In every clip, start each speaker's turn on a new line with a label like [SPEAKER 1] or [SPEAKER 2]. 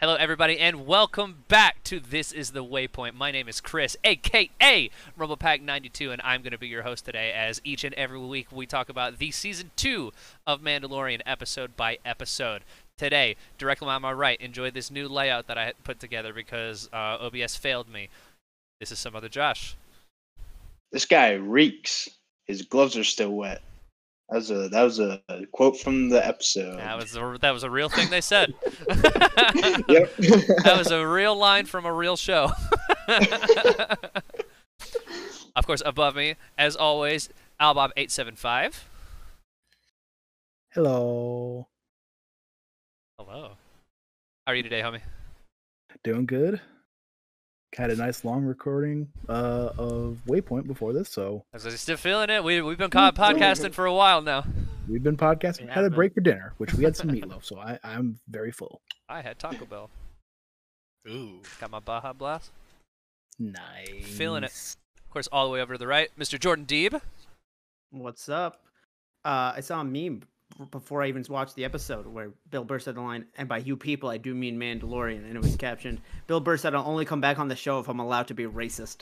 [SPEAKER 1] Hello, everybody, and welcome back to This is the Waypoint. My name is Chris, aka RumblePack92, and I'm going to be your host today. As each and every week, we talk about the season two of Mandalorian, episode by episode. Today, directly on my right, enjoy this new layout that I had put together because uh, OBS failed me. This is some other Josh.
[SPEAKER 2] This guy reeks. His gloves are still wet. That was a that was a quote from the episode.
[SPEAKER 1] That was a, that was a real thing they said.
[SPEAKER 2] yep.
[SPEAKER 1] that was a real line from a real show. of course, above me, as always, Albob875.
[SPEAKER 3] Hello.
[SPEAKER 1] Hello. How are you today, homie?
[SPEAKER 3] Doing good. Had a nice long recording uh, of Waypoint before this, so
[SPEAKER 1] I was like, still feeling it. We, we've been caught podcasting for a while now.
[SPEAKER 3] we've been podcasting.
[SPEAKER 4] Yeah,
[SPEAKER 3] had a
[SPEAKER 4] man.
[SPEAKER 3] break for dinner, which we had some meatloaf, so I, I'm very full.
[SPEAKER 1] I had Taco Bell.
[SPEAKER 4] Ooh.
[SPEAKER 1] Got my Baja Blast.
[SPEAKER 3] Nice.
[SPEAKER 1] Feeling it. Of course, all the way over to the right, Mr. Jordan Deeb.
[SPEAKER 4] What's up? Uh, I saw a meme b- before I even watched the episode where Bill Burr said the line, and by you people, I do mean Mandalorian. And it was captioned, Bill Burr said, I'll only come back on the show if I'm allowed to be racist.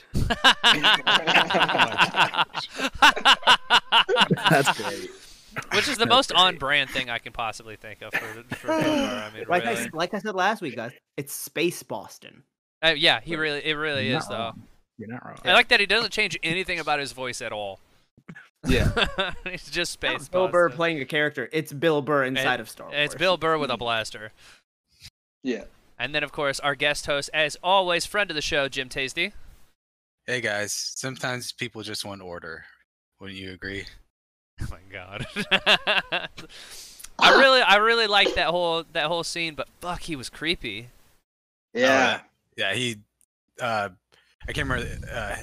[SPEAKER 3] That's great.
[SPEAKER 1] Which is the
[SPEAKER 3] That's
[SPEAKER 1] most
[SPEAKER 3] great.
[SPEAKER 1] on brand thing I can possibly think of for, for Bill Burr. I mean,
[SPEAKER 4] Like, I,
[SPEAKER 1] really.
[SPEAKER 4] s- like I said last week, guys, it's Space Boston.
[SPEAKER 1] Uh, yeah, he really, it really is,
[SPEAKER 3] Not
[SPEAKER 1] though.
[SPEAKER 3] wrong. You're not wrong.
[SPEAKER 1] I like that he doesn't change anything about his voice at all.
[SPEAKER 3] Yeah.
[SPEAKER 1] it's just
[SPEAKER 4] Not
[SPEAKER 1] space.
[SPEAKER 4] Bill Burr
[SPEAKER 1] Boston.
[SPEAKER 4] playing a character. It's Bill Burr inside of Star Wars.
[SPEAKER 1] It's Bill Burr with a blaster.
[SPEAKER 2] Yeah.
[SPEAKER 1] And then, of course, our guest host, as always, friend of the show, Jim Tasty.
[SPEAKER 5] Hey guys, sometimes people just want order. Wouldn't you agree?
[SPEAKER 1] Oh my god. I really, I really liked that whole that whole scene, but fuck, he was creepy.
[SPEAKER 2] Yeah.
[SPEAKER 5] Yeah, he. Uh, I can't remember. Uh,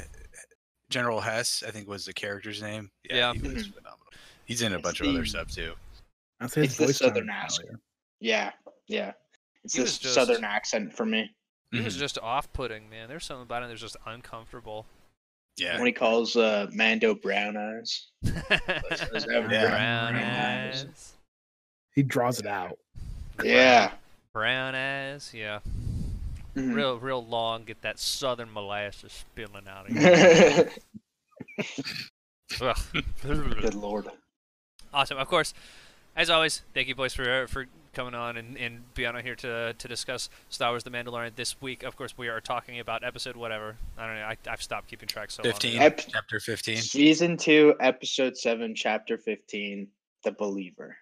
[SPEAKER 5] General Hess, I think, was the character's name.
[SPEAKER 1] Yeah.
[SPEAKER 5] he was
[SPEAKER 2] Mhm.
[SPEAKER 5] phenomenal. He's in a
[SPEAKER 2] It's
[SPEAKER 5] bunch of other
[SPEAKER 2] the-
[SPEAKER 5] stuff too.
[SPEAKER 3] I'll say his
[SPEAKER 2] It's the
[SPEAKER 3] voice sounded
[SPEAKER 2] Southern accent.
[SPEAKER 3] familiar.
[SPEAKER 2] Yeah. Yeah. It's
[SPEAKER 1] He
[SPEAKER 2] this
[SPEAKER 1] was just-
[SPEAKER 2] southern accent for me.
[SPEAKER 1] He was just off-putting, man. There's something about him that's just uncomfortable.
[SPEAKER 5] Yeah,
[SPEAKER 2] When he calls uh, Mando brown eyes.
[SPEAKER 1] brown
[SPEAKER 2] everywhere.
[SPEAKER 1] eyes,
[SPEAKER 3] He draws it out.
[SPEAKER 2] Yeah.
[SPEAKER 1] brown eyes, yeah.
[SPEAKER 2] Mhm.
[SPEAKER 1] Real, real long. Get that southern molasses spilling out of
[SPEAKER 2] Mm-hmm.
[SPEAKER 1] you.
[SPEAKER 2] Good
[SPEAKER 1] Ugh.
[SPEAKER 2] lord.
[SPEAKER 1] Awesome. Of course, as always, thank you, boys, for for coming on and, and being on here to to discuss Star Wars: The Mandalorian this week. Of course, we are talking about episode whatever. I don't know. I, I've stopped keeping track so
[SPEAKER 5] fifteen,
[SPEAKER 1] long.
[SPEAKER 2] Ep-
[SPEAKER 5] chapter fifteen.
[SPEAKER 2] Season two, episode seven, chapter fifteen, The Believer.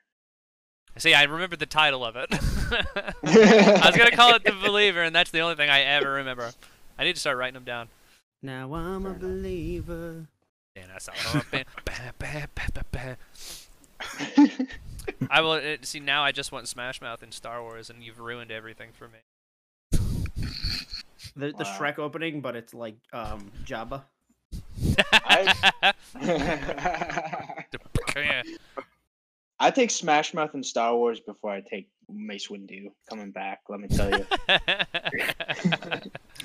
[SPEAKER 1] See, I remembered the title of it. I
[SPEAKER 2] I
[SPEAKER 1] was gonna call it The Believer, and that's the only thing I ever remember. I need to start writing them down.
[SPEAKER 4] Now I'm
[SPEAKER 2] Fair
[SPEAKER 4] a
[SPEAKER 2] enough.
[SPEAKER 4] believer.
[SPEAKER 1] And I saw. bam, bam, bam, bam, bam. I will uh, see now. I just want Smash Mouth in Star Wars, and you've ruined everything for me.
[SPEAKER 4] The, the
[SPEAKER 2] Wow.
[SPEAKER 4] Shrek opening, but it's like um, Jabba.
[SPEAKER 2] I- I take Smash Mouth and Star Wars before I take Mace Windu coming back. Let me tell you.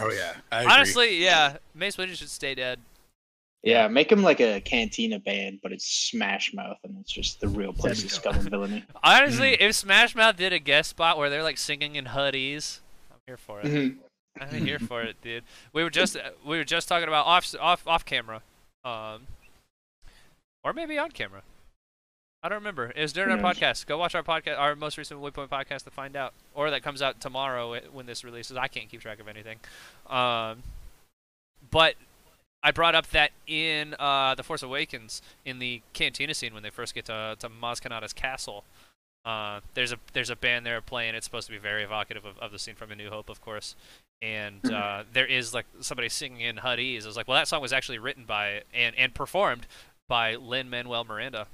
[SPEAKER 5] Oh yeah, I agree.
[SPEAKER 1] Honestly, yeah, Mace Windu should stay dead.
[SPEAKER 2] Yeah, make him like a cantina band, but it's Smash Mouth, and it's just the real place of scum and villainy.
[SPEAKER 1] Honestly,
[SPEAKER 5] Mm.
[SPEAKER 1] if Smash Mouth did a guest spot where they're like singing in hoodies, I'm here for
[SPEAKER 2] Mm-hmm.
[SPEAKER 1] it. I'm here for it, dude. We were just we were just talking about off off off camera, um, or maybe on camera. I don't remember. It was during
[SPEAKER 2] Who
[SPEAKER 1] our
[SPEAKER 2] knows?
[SPEAKER 1] podcast. Go watch our podcast, our most recent Waypoint podcast to find out, or that comes out tomorrow i- when this releases. I can't keep track of anything. Um, but I brought up that in uh, the Force Awakens, in the cantina scene when they first get to to Maz Kanata's castle, uh, there's a there's a band there playing. It's supposed to be very evocative of, of the scene from A New Hope, of course. And uh, there is like somebody singing in Huddies. I was like, well, that song was actually written by and, and performed by Lin Manuel Miranda.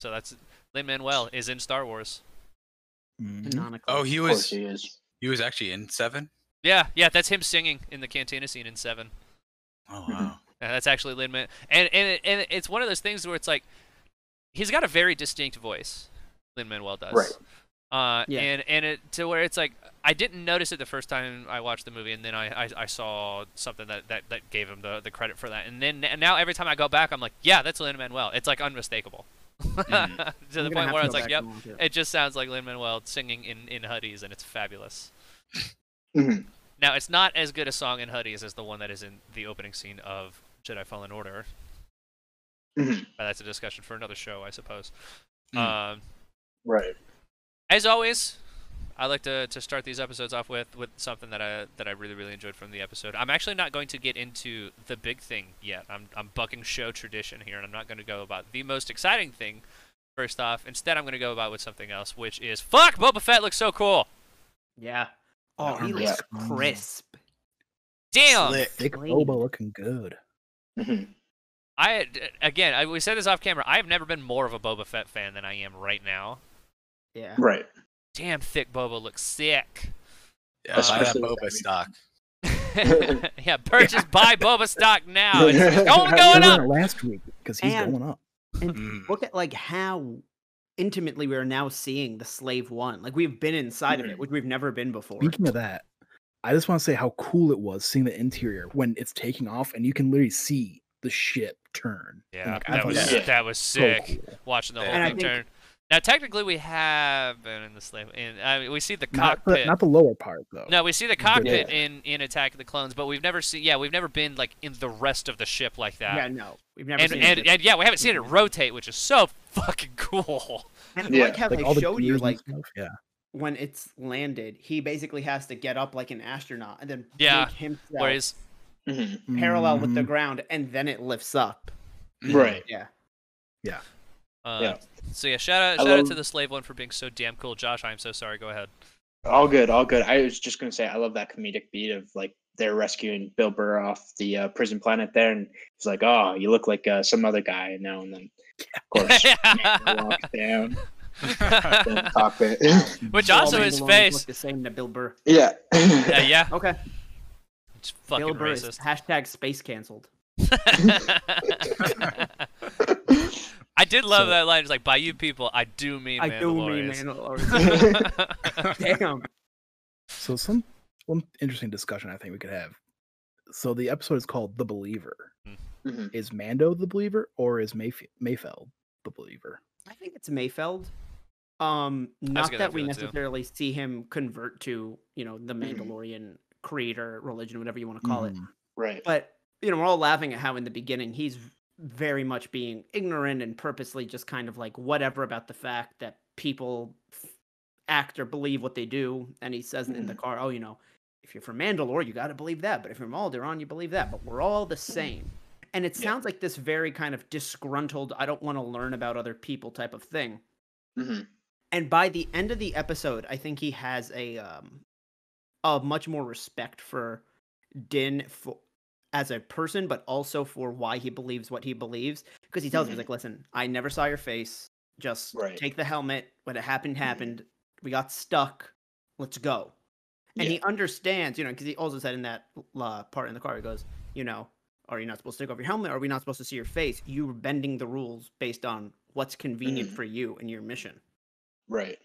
[SPEAKER 1] So that's Lin Manuel is in Star Wars.
[SPEAKER 3] Mhm.
[SPEAKER 4] Canonically.
[SPEAKER 5] Oh, he
[SPEAKER 2] Of course
[SPEAKER 5] was.
[SPEAKER 2] he is.
[SPEAKER 5] He was actually in seven.
[SPEAKER 1] Yeah, yeah, that's him singing in the cantina scene in Seven.
[SPEAKER 5] Oh
[SPEAKER 2] Mm-hmm.
[SPEAKER 5] wow.
[SPEAKER 1] Uh, that's actually Lin Man, and and it, and it's one of those things where it's like he's got a very distinct voice. Lin Manuel does,
[SPEAKER 2] Right.
[SPEAKER 1] Uh,
[SPEAKER 4] Yeah.
[SPEAKER 1] and and it to where it's like I didn't notice it the first time I watched the movie, and then I, I, I saw something that, that, that gave him the, the credit for that, and then and now every time I go back, I'm like, yeah, that's Lin Manuel. It's like unmistakable
[SPEAKER 5] Mm.
[SPEAKER 1] to the point where it's like, yep, it just sounds like Lin Manuel singing in in hoodies, and it's fabulous.
[SPEAKER 2] Mhm.
[SPEAKER 1] Now it's not as good a song in Hoodies as the one that is in the opening scene of Jedi Fallen Order.
[SPEAKER 2] Mhm.
[SPEAKER 1] But that's a discussion for another show, I suppose.
[SPEAKER 5] Mm.
[SPEAKER 1] Um,
[SPEAKER 2] Right.
[SPEAKER 1] as always, I like to, to start these episodes off with, with something that I that I really really enjoyed from the episode. I'm actually not going to get into the big thing yet. I'm I'm bucking show tradition here, and I'm not going to go about the most exciting thing first off. Instead, I'm going to go about with something else, which is fuck Boba Fett looks so cool.
[SPEAKER 4] Yeah. Oh, he
[SPEAKER 5] armor
[SPEAKER 2] is
[SPEAKER 4] looks
[SPEAKER 3] crazy.
[SPEAKER 4] crisp.
[SPEAKER 1] Damn.
[SPEAKER 5] Slick.
[SPEAKER 3] Big
[SPEAKER 4] Clean.
[SPEAKER 3] Boba looking good.
[SPEAKER 2] Mhm.
[SPEAKER 1] I again, I, we said this off camera. I have never been more of a Boba Fett fan than I am right now.
[SPEAKER 4] Yeah.
[SPEAKER 2] Right.
[SPEAKER 1] Damn, thick Boba looks sick.
[SPEAKER 5] Yeah, buy that
[SPEAKER 2] Especially with
[SPEAKER 5] Boba
[SPEAKER 2] that-
[SPEAKER 5] stock.
[SPEAKER 1] yeah, purchase buy Boba stock now. It's it's going, going
[SPEAKER 3] He
[SPEAKER 1] up.
[SPEAKER 3] wasn't last week because he's
[SPEAKER 4] And-
[SPEAKER 3] going up.
[SPEAKER 5] Mm.
[SPEAKER 4] Look at like how intimately we are now seeing the slave one. Like we've been inside of it, which we've never been before.
[SPEAKER 3] Mm. Speaking of that, I just want to say how cool it was seeing the interior when it's taking off and you can literally see the ship turn.
[SPEAKER 1] Yeah,
[SPEAKER 3] Like, I
[SPEAKER 1] that
[SPEAKER 3] thought
[SPEAKER 1] was
[SPEAKER 2] that
[SPEAKER 3] was
[SPEAKER 1] that was
[SPEAKER 3] so
[SPEAKER 1] sick.
[SPEAKER 3] cool.
[SPEAKER 1] Watching the whole
[SPEAKER 5] And I
[SPEAKER 1] thing
[SPEAKER 4] think-
[SPEAKER 1] turn. Now, technically, we have been in the slave. In I mean, we see the
[SPEAKER 3] Not the,
[SPEAKER 1] cockpit.
[SPEAKER 3] not the lower part though.
[SPEAKER 1] no, we see the cockpit
[SPEAKER 2] Yeah.
[SPEAKER 1] in in Attack of the Clones, but we've never seen. Yeah, we've never been like in the rest of the ship like that.
[SPEAKER 4] yeah, no, we've never
[SPEAKER 1] and
[SPEAKER 4] seen
[SPEAKER 1] and,
[SPEAKER 4] it.
[SPEAKER 1] and yeah, we haven't seen it rotate, which is so fucking cool.
[SPEAKER 4] And
[SPEAKER 2] Yeah,
[SPEAKER 4] like how
[SPEAKER 3] like
[SPEAKER 4] they
[SPEAKER 3] all the
[SPEAKER 4] showed you,
[SPEAKER 3] gears and
[SPEAKER 4] like
[SPEAKER 3] stuff, yeah.
[SPEAKER 4] when it's landed, he basically has to get up like an astronaut and then
[SPEAKER 1] Yeah,
[SPEAKER 4] make himself
[SPEAKER 1] Whereas
[SPEAKER 2] Mhm.
[SPEAKER 4] parallel with the
[SPEAKER 3] Mhm.
[SPEAKER 4] ground, and then it lifts up.
[SPEAKER 5] Mm-hmm.
[SPEAKER 2] Right.
[SPEAKER 4] Yeah,
[SPEAKER 1] Uh,
[SPEAKER 2] Yeah.
[SPEAKER 1] So yeah, shout out,
[SPEAKER 2] I
[SPEAKER 1] shout out to
[SPEAKER 2] love-
[SPEAKER 1] the slave one for being so damn cool, Josh. I am so sorry. Go ahead.
[SPEAKER 2] All good, all good. I was just gonna say, I love that comedic beat of like they're rescuing Bill Burr off the uh, prison planet there, and he's like, "Oh, you look like uh, some other guy now." And then, of course, Nando walks down to the cockpit.
[SPEAKER 1] Which
[SPEAKER 4] All
[SPEAKER 1] also his
[SPEAKER 4] Mandalorians
[SPEAKER 1] face.
[SPEAKER 4] look the same to Bill Burr.
[SPEAKER 2] yeah,
[SPEAKER 1] Yeah, yeah,
[SPEAKER 4] Okay,
[SPEAKER 1] it's fucking
[SPEAKER 4] Bill Burr is
[SPEAKER 1] racist.
[SPEAKER 4] hashtag space canceled.
[SPEAKER 1] I did love
[SPEAKER 3] So-
[SPEAKER 1] that line. It's like, by you people, I do mean
[SPEAKER 4] I do mean
[SPEAKER 1] Mandalorians."
[SPEAKER 4] Mandalorian. Damn.
[SPEAKER 3] So some one interesting discussion I think we could have. So the episode is called "The Believer."
[SPEAKER 4] Mm-hmm.
[SPEAKER 2] Mhm.
[SPEAKER 3] Is Mando the believer, or is Mayf- Mayfeld the believer?
[SPEAKER 4] I think it's Mayfeld. Um, not
[SPEAKER 1] get that
[SPEAKER 4] that we
[SPEAKER 1] feeling too.
[SPEAKER 4] necessarily see him convert to, you know, the
[SPEAKER 2] Mhm.
[SPEAKER 4] Mandalorian creed or religion, whatever you want to call it.
[SPEAKER 3] Mm,
[SPEAKER 2] right.
[SPEAKER 4] But you know, we're all laughing at how in the beginning he's very much being ignorant and purposely just kind of like whatever about the fact that people f- act or believe what they do. And he says in the
[SPEAKER 2] Mm-hmm.
[SPEAKER 4] car, "Oh, you know, if you're from Mandalore, you got to believe that. But if you're from Alderaan, you believe that. But we're all the same." And it
[SPEAKER 2] Mm-hmm. Yeah.
[SPEAKER 4] sounds like this very kind of disgruntled, I don't want to learn about other people type of thing.
[SPEAKER 2] Mhm.
[SPEAKER 4] And by the end of the episode, I think he has a um a much more respect for Din for as a person, but also for why he believes what he believes. Because he tells him, he's like, listen, I never saw your face. Just
[SPEAKER 2] Mm-hmm. Right. Mm-hmm.
[SPEAKER 4] take the helmet. When it happened, happened. We got stuck. Let's go. And
[SPEAKER 2] Yeah.
[SPEAKER 4] he understands, you know, because he also said in that uh, part in the car, he goes, you know, are you not supposed to take off your helmet? Are we not supposed to see your face? You're bending the rules based on what's convenient
[SPEAKER 2] Mhm.
[SPEAKER 4] for you and your mission
[SPEAKER 2] Right.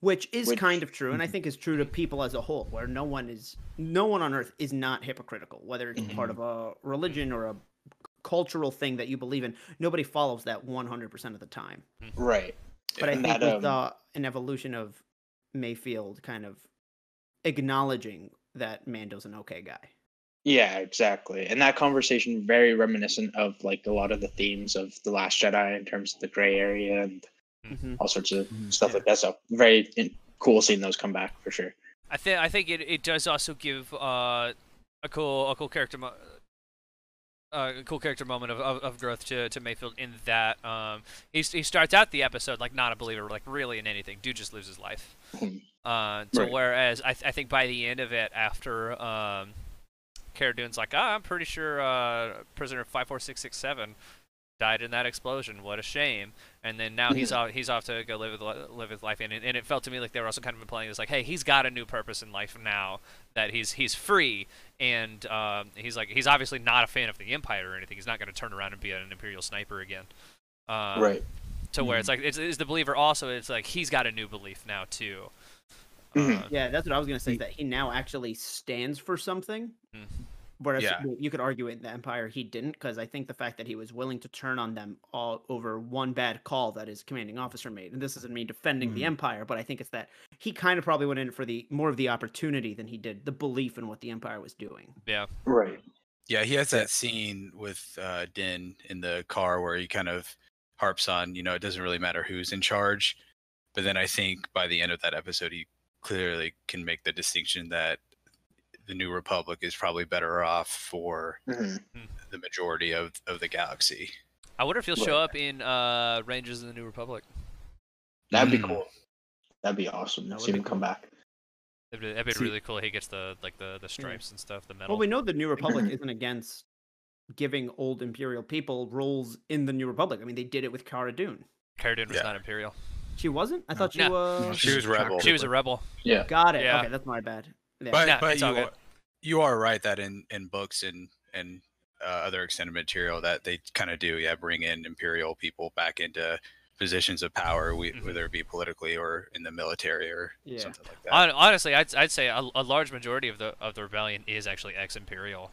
[SPEAKER 4] which is
[SPEAKER 2] Which- Mm-hmm.
[SPEAKER 4] kind of true and i think is true to people as a whole where no one is no one on earth is not hypocritical whether it's part
[SPEAKER 2] Mm-hmm.
[SPEAKER 4] of a religion or a cultural thing that you believe in nobody follows that 100% of the time
[SPEAKER 2] Right.
[SPEAKER 4] but i
[SPEAKER 2] And
[SPEAKER 4] think
[SPEAKER 2] that, um,
[SPEAKER 4] we saw an evolution of mayfield kind of acknowledging that mando's an okay guy
[SPEAKER 2] Yeah, exactly. And that conversation very reminiscent of like a lot of the themes of the Last Jedi in terms of the gray area and
[SPEAKER 4] mm-hmm.
[SPEAKER 2] all sorts of
[SPEAKER 3] Mhm.
[SPEAKER 2] stuff like that. So very in- cool seeing those come back for sure.
[SPEAKER 1] I think I think it, it does also give uh, a cool a cool character mo- uh, a cool character moment of, of, of growth to, to Mayfield in that um, he s- he starts out the episode like not a believer like really in anything dude just lives his life.
[SPEAKER 2] Mhm.
[SPEAKER 1] Uh, so
[SPEAKER 2] Right.
[SPEAKER 1] whereas I, th- I think by the end of it after um, Cara Dune's like ah, I'm pretty sure uh, prisoner five four six six seven died in that explosion what a shame and then now he's off he's off to go live his, li- live his life and it, and it felt to me like they were also kind of implying this like hey he's got a new purpose in life now that he's he's free and um, he's like he's obviously not a fan of the empire or anything he's not going to turn around and be an imperial sniper again um,
[SPEAKER 2] right.
[SPEAKER 1] to where it's like it's, it's the believer also it's like he's got a new belief now too
[SPEAKER 2] Mhm.
[SPEAKER 1] Uh,
[SPEAKER 4] Mm-hmm. yeah that's what i was going to say
[SPEAKER 3] He-
[SPEAKER 4] that he now actually stands for something
[SPEAKER 1] Mm.
[SPEAKER 4] Whereas
[SPEAKER 5] Yeah.
[SPEAKER 4] well, you could argue in the Empire he didn't, because I think the fact that he was willing to turn on them all over one bad call that his commanding officer made, and this isn't me defending the
[SPEAKER 3] Mhm.
[SPEAKER 4] Empire, but I think it's that he kind of probably went in for the more of the opportunity than he did the belief in what the Empire was doing.
[SPEAKER 1] Yeah.
[SPEAKER 2] Right.
[SPEAKER 5] Yeah, he has that scene with uh, Din in the car where he kind of harps on, you know, it doesn't really matter who's in charge. But then I think by the end of that episode, he clearly can make the distinction that the New Republic is probably better off for
[SPEAKER 2] Mhm.
[SPEAKER 5] the majority of, of the galaxy.
[SPEAKER 1] I wonder if he'll show
[SPEAKER 2] Right.
[SPEAKER 1] up in uh, Rangers of the New Republic.
[SPEAKER 2] That'd be
[SPEAKER 5] Mm.
[SPEAKER 2] cool. That'd be awesome.
[SPEAKER 4] That would
[SPEAKER 2] See
[SPEAKER 4] be
[SPEAKER 2] him come back.
[SPEAKER 1] That'd be, that'd be
[SPEAKER 3] See-
[SPEAKER 1] really cool. He gets the like the, the stripes and stuff, the metal.
[SPEAKER 4] Well, we know the New Republic isn't against giving old Imperial people roles in the New Republic. I mean, they did it with Cara Dune.
[SPEAKER 1] Cara Dune was
[SPEAKER 5] Yeah.
[SPEAKER 1] not Imperial.
[SPEAKER 4] She wasn't. I
[SPEAKER 3] No.
[SPEAKER 4] thought she
[SPEAKER 1] No.
[SPEAKER 3] Mm.
[SPEAKER 4] was.
[SPEAKER 5] She was rebel.
[SPEAKER 1] She was a rebel.
[SPEAKER 2] Yeah.
[SPEAKER 4] Got it.
[SPEAKER 1] Yeah.
[SPEAKER 4] Okay, that's my bad. Yeah.
[SPEAKER 5] But,
[SPEAKER 1] Yeah,
[SPEAKER 5] but
[SPEAKER 1] it's
[SPEAKER 5] you,
[SPEAKER 1] all good.
[SPEAKER 5] are, you are right that in, in books and, and uh, other extended material that they kind of do, yeah, bring in Imperial people back into positions of power, we,
[SPEAKER 1] Mhm.
[SPEAKER 5] whether it be politically or in the military or
[SPEAKER 4] Yeah.
[SPEAKER 5] something like that.
[SPEAKER 1] Hon- Honestly, I'd, I'd say a, a large majority of the of the rebellion is actually ex-imperial.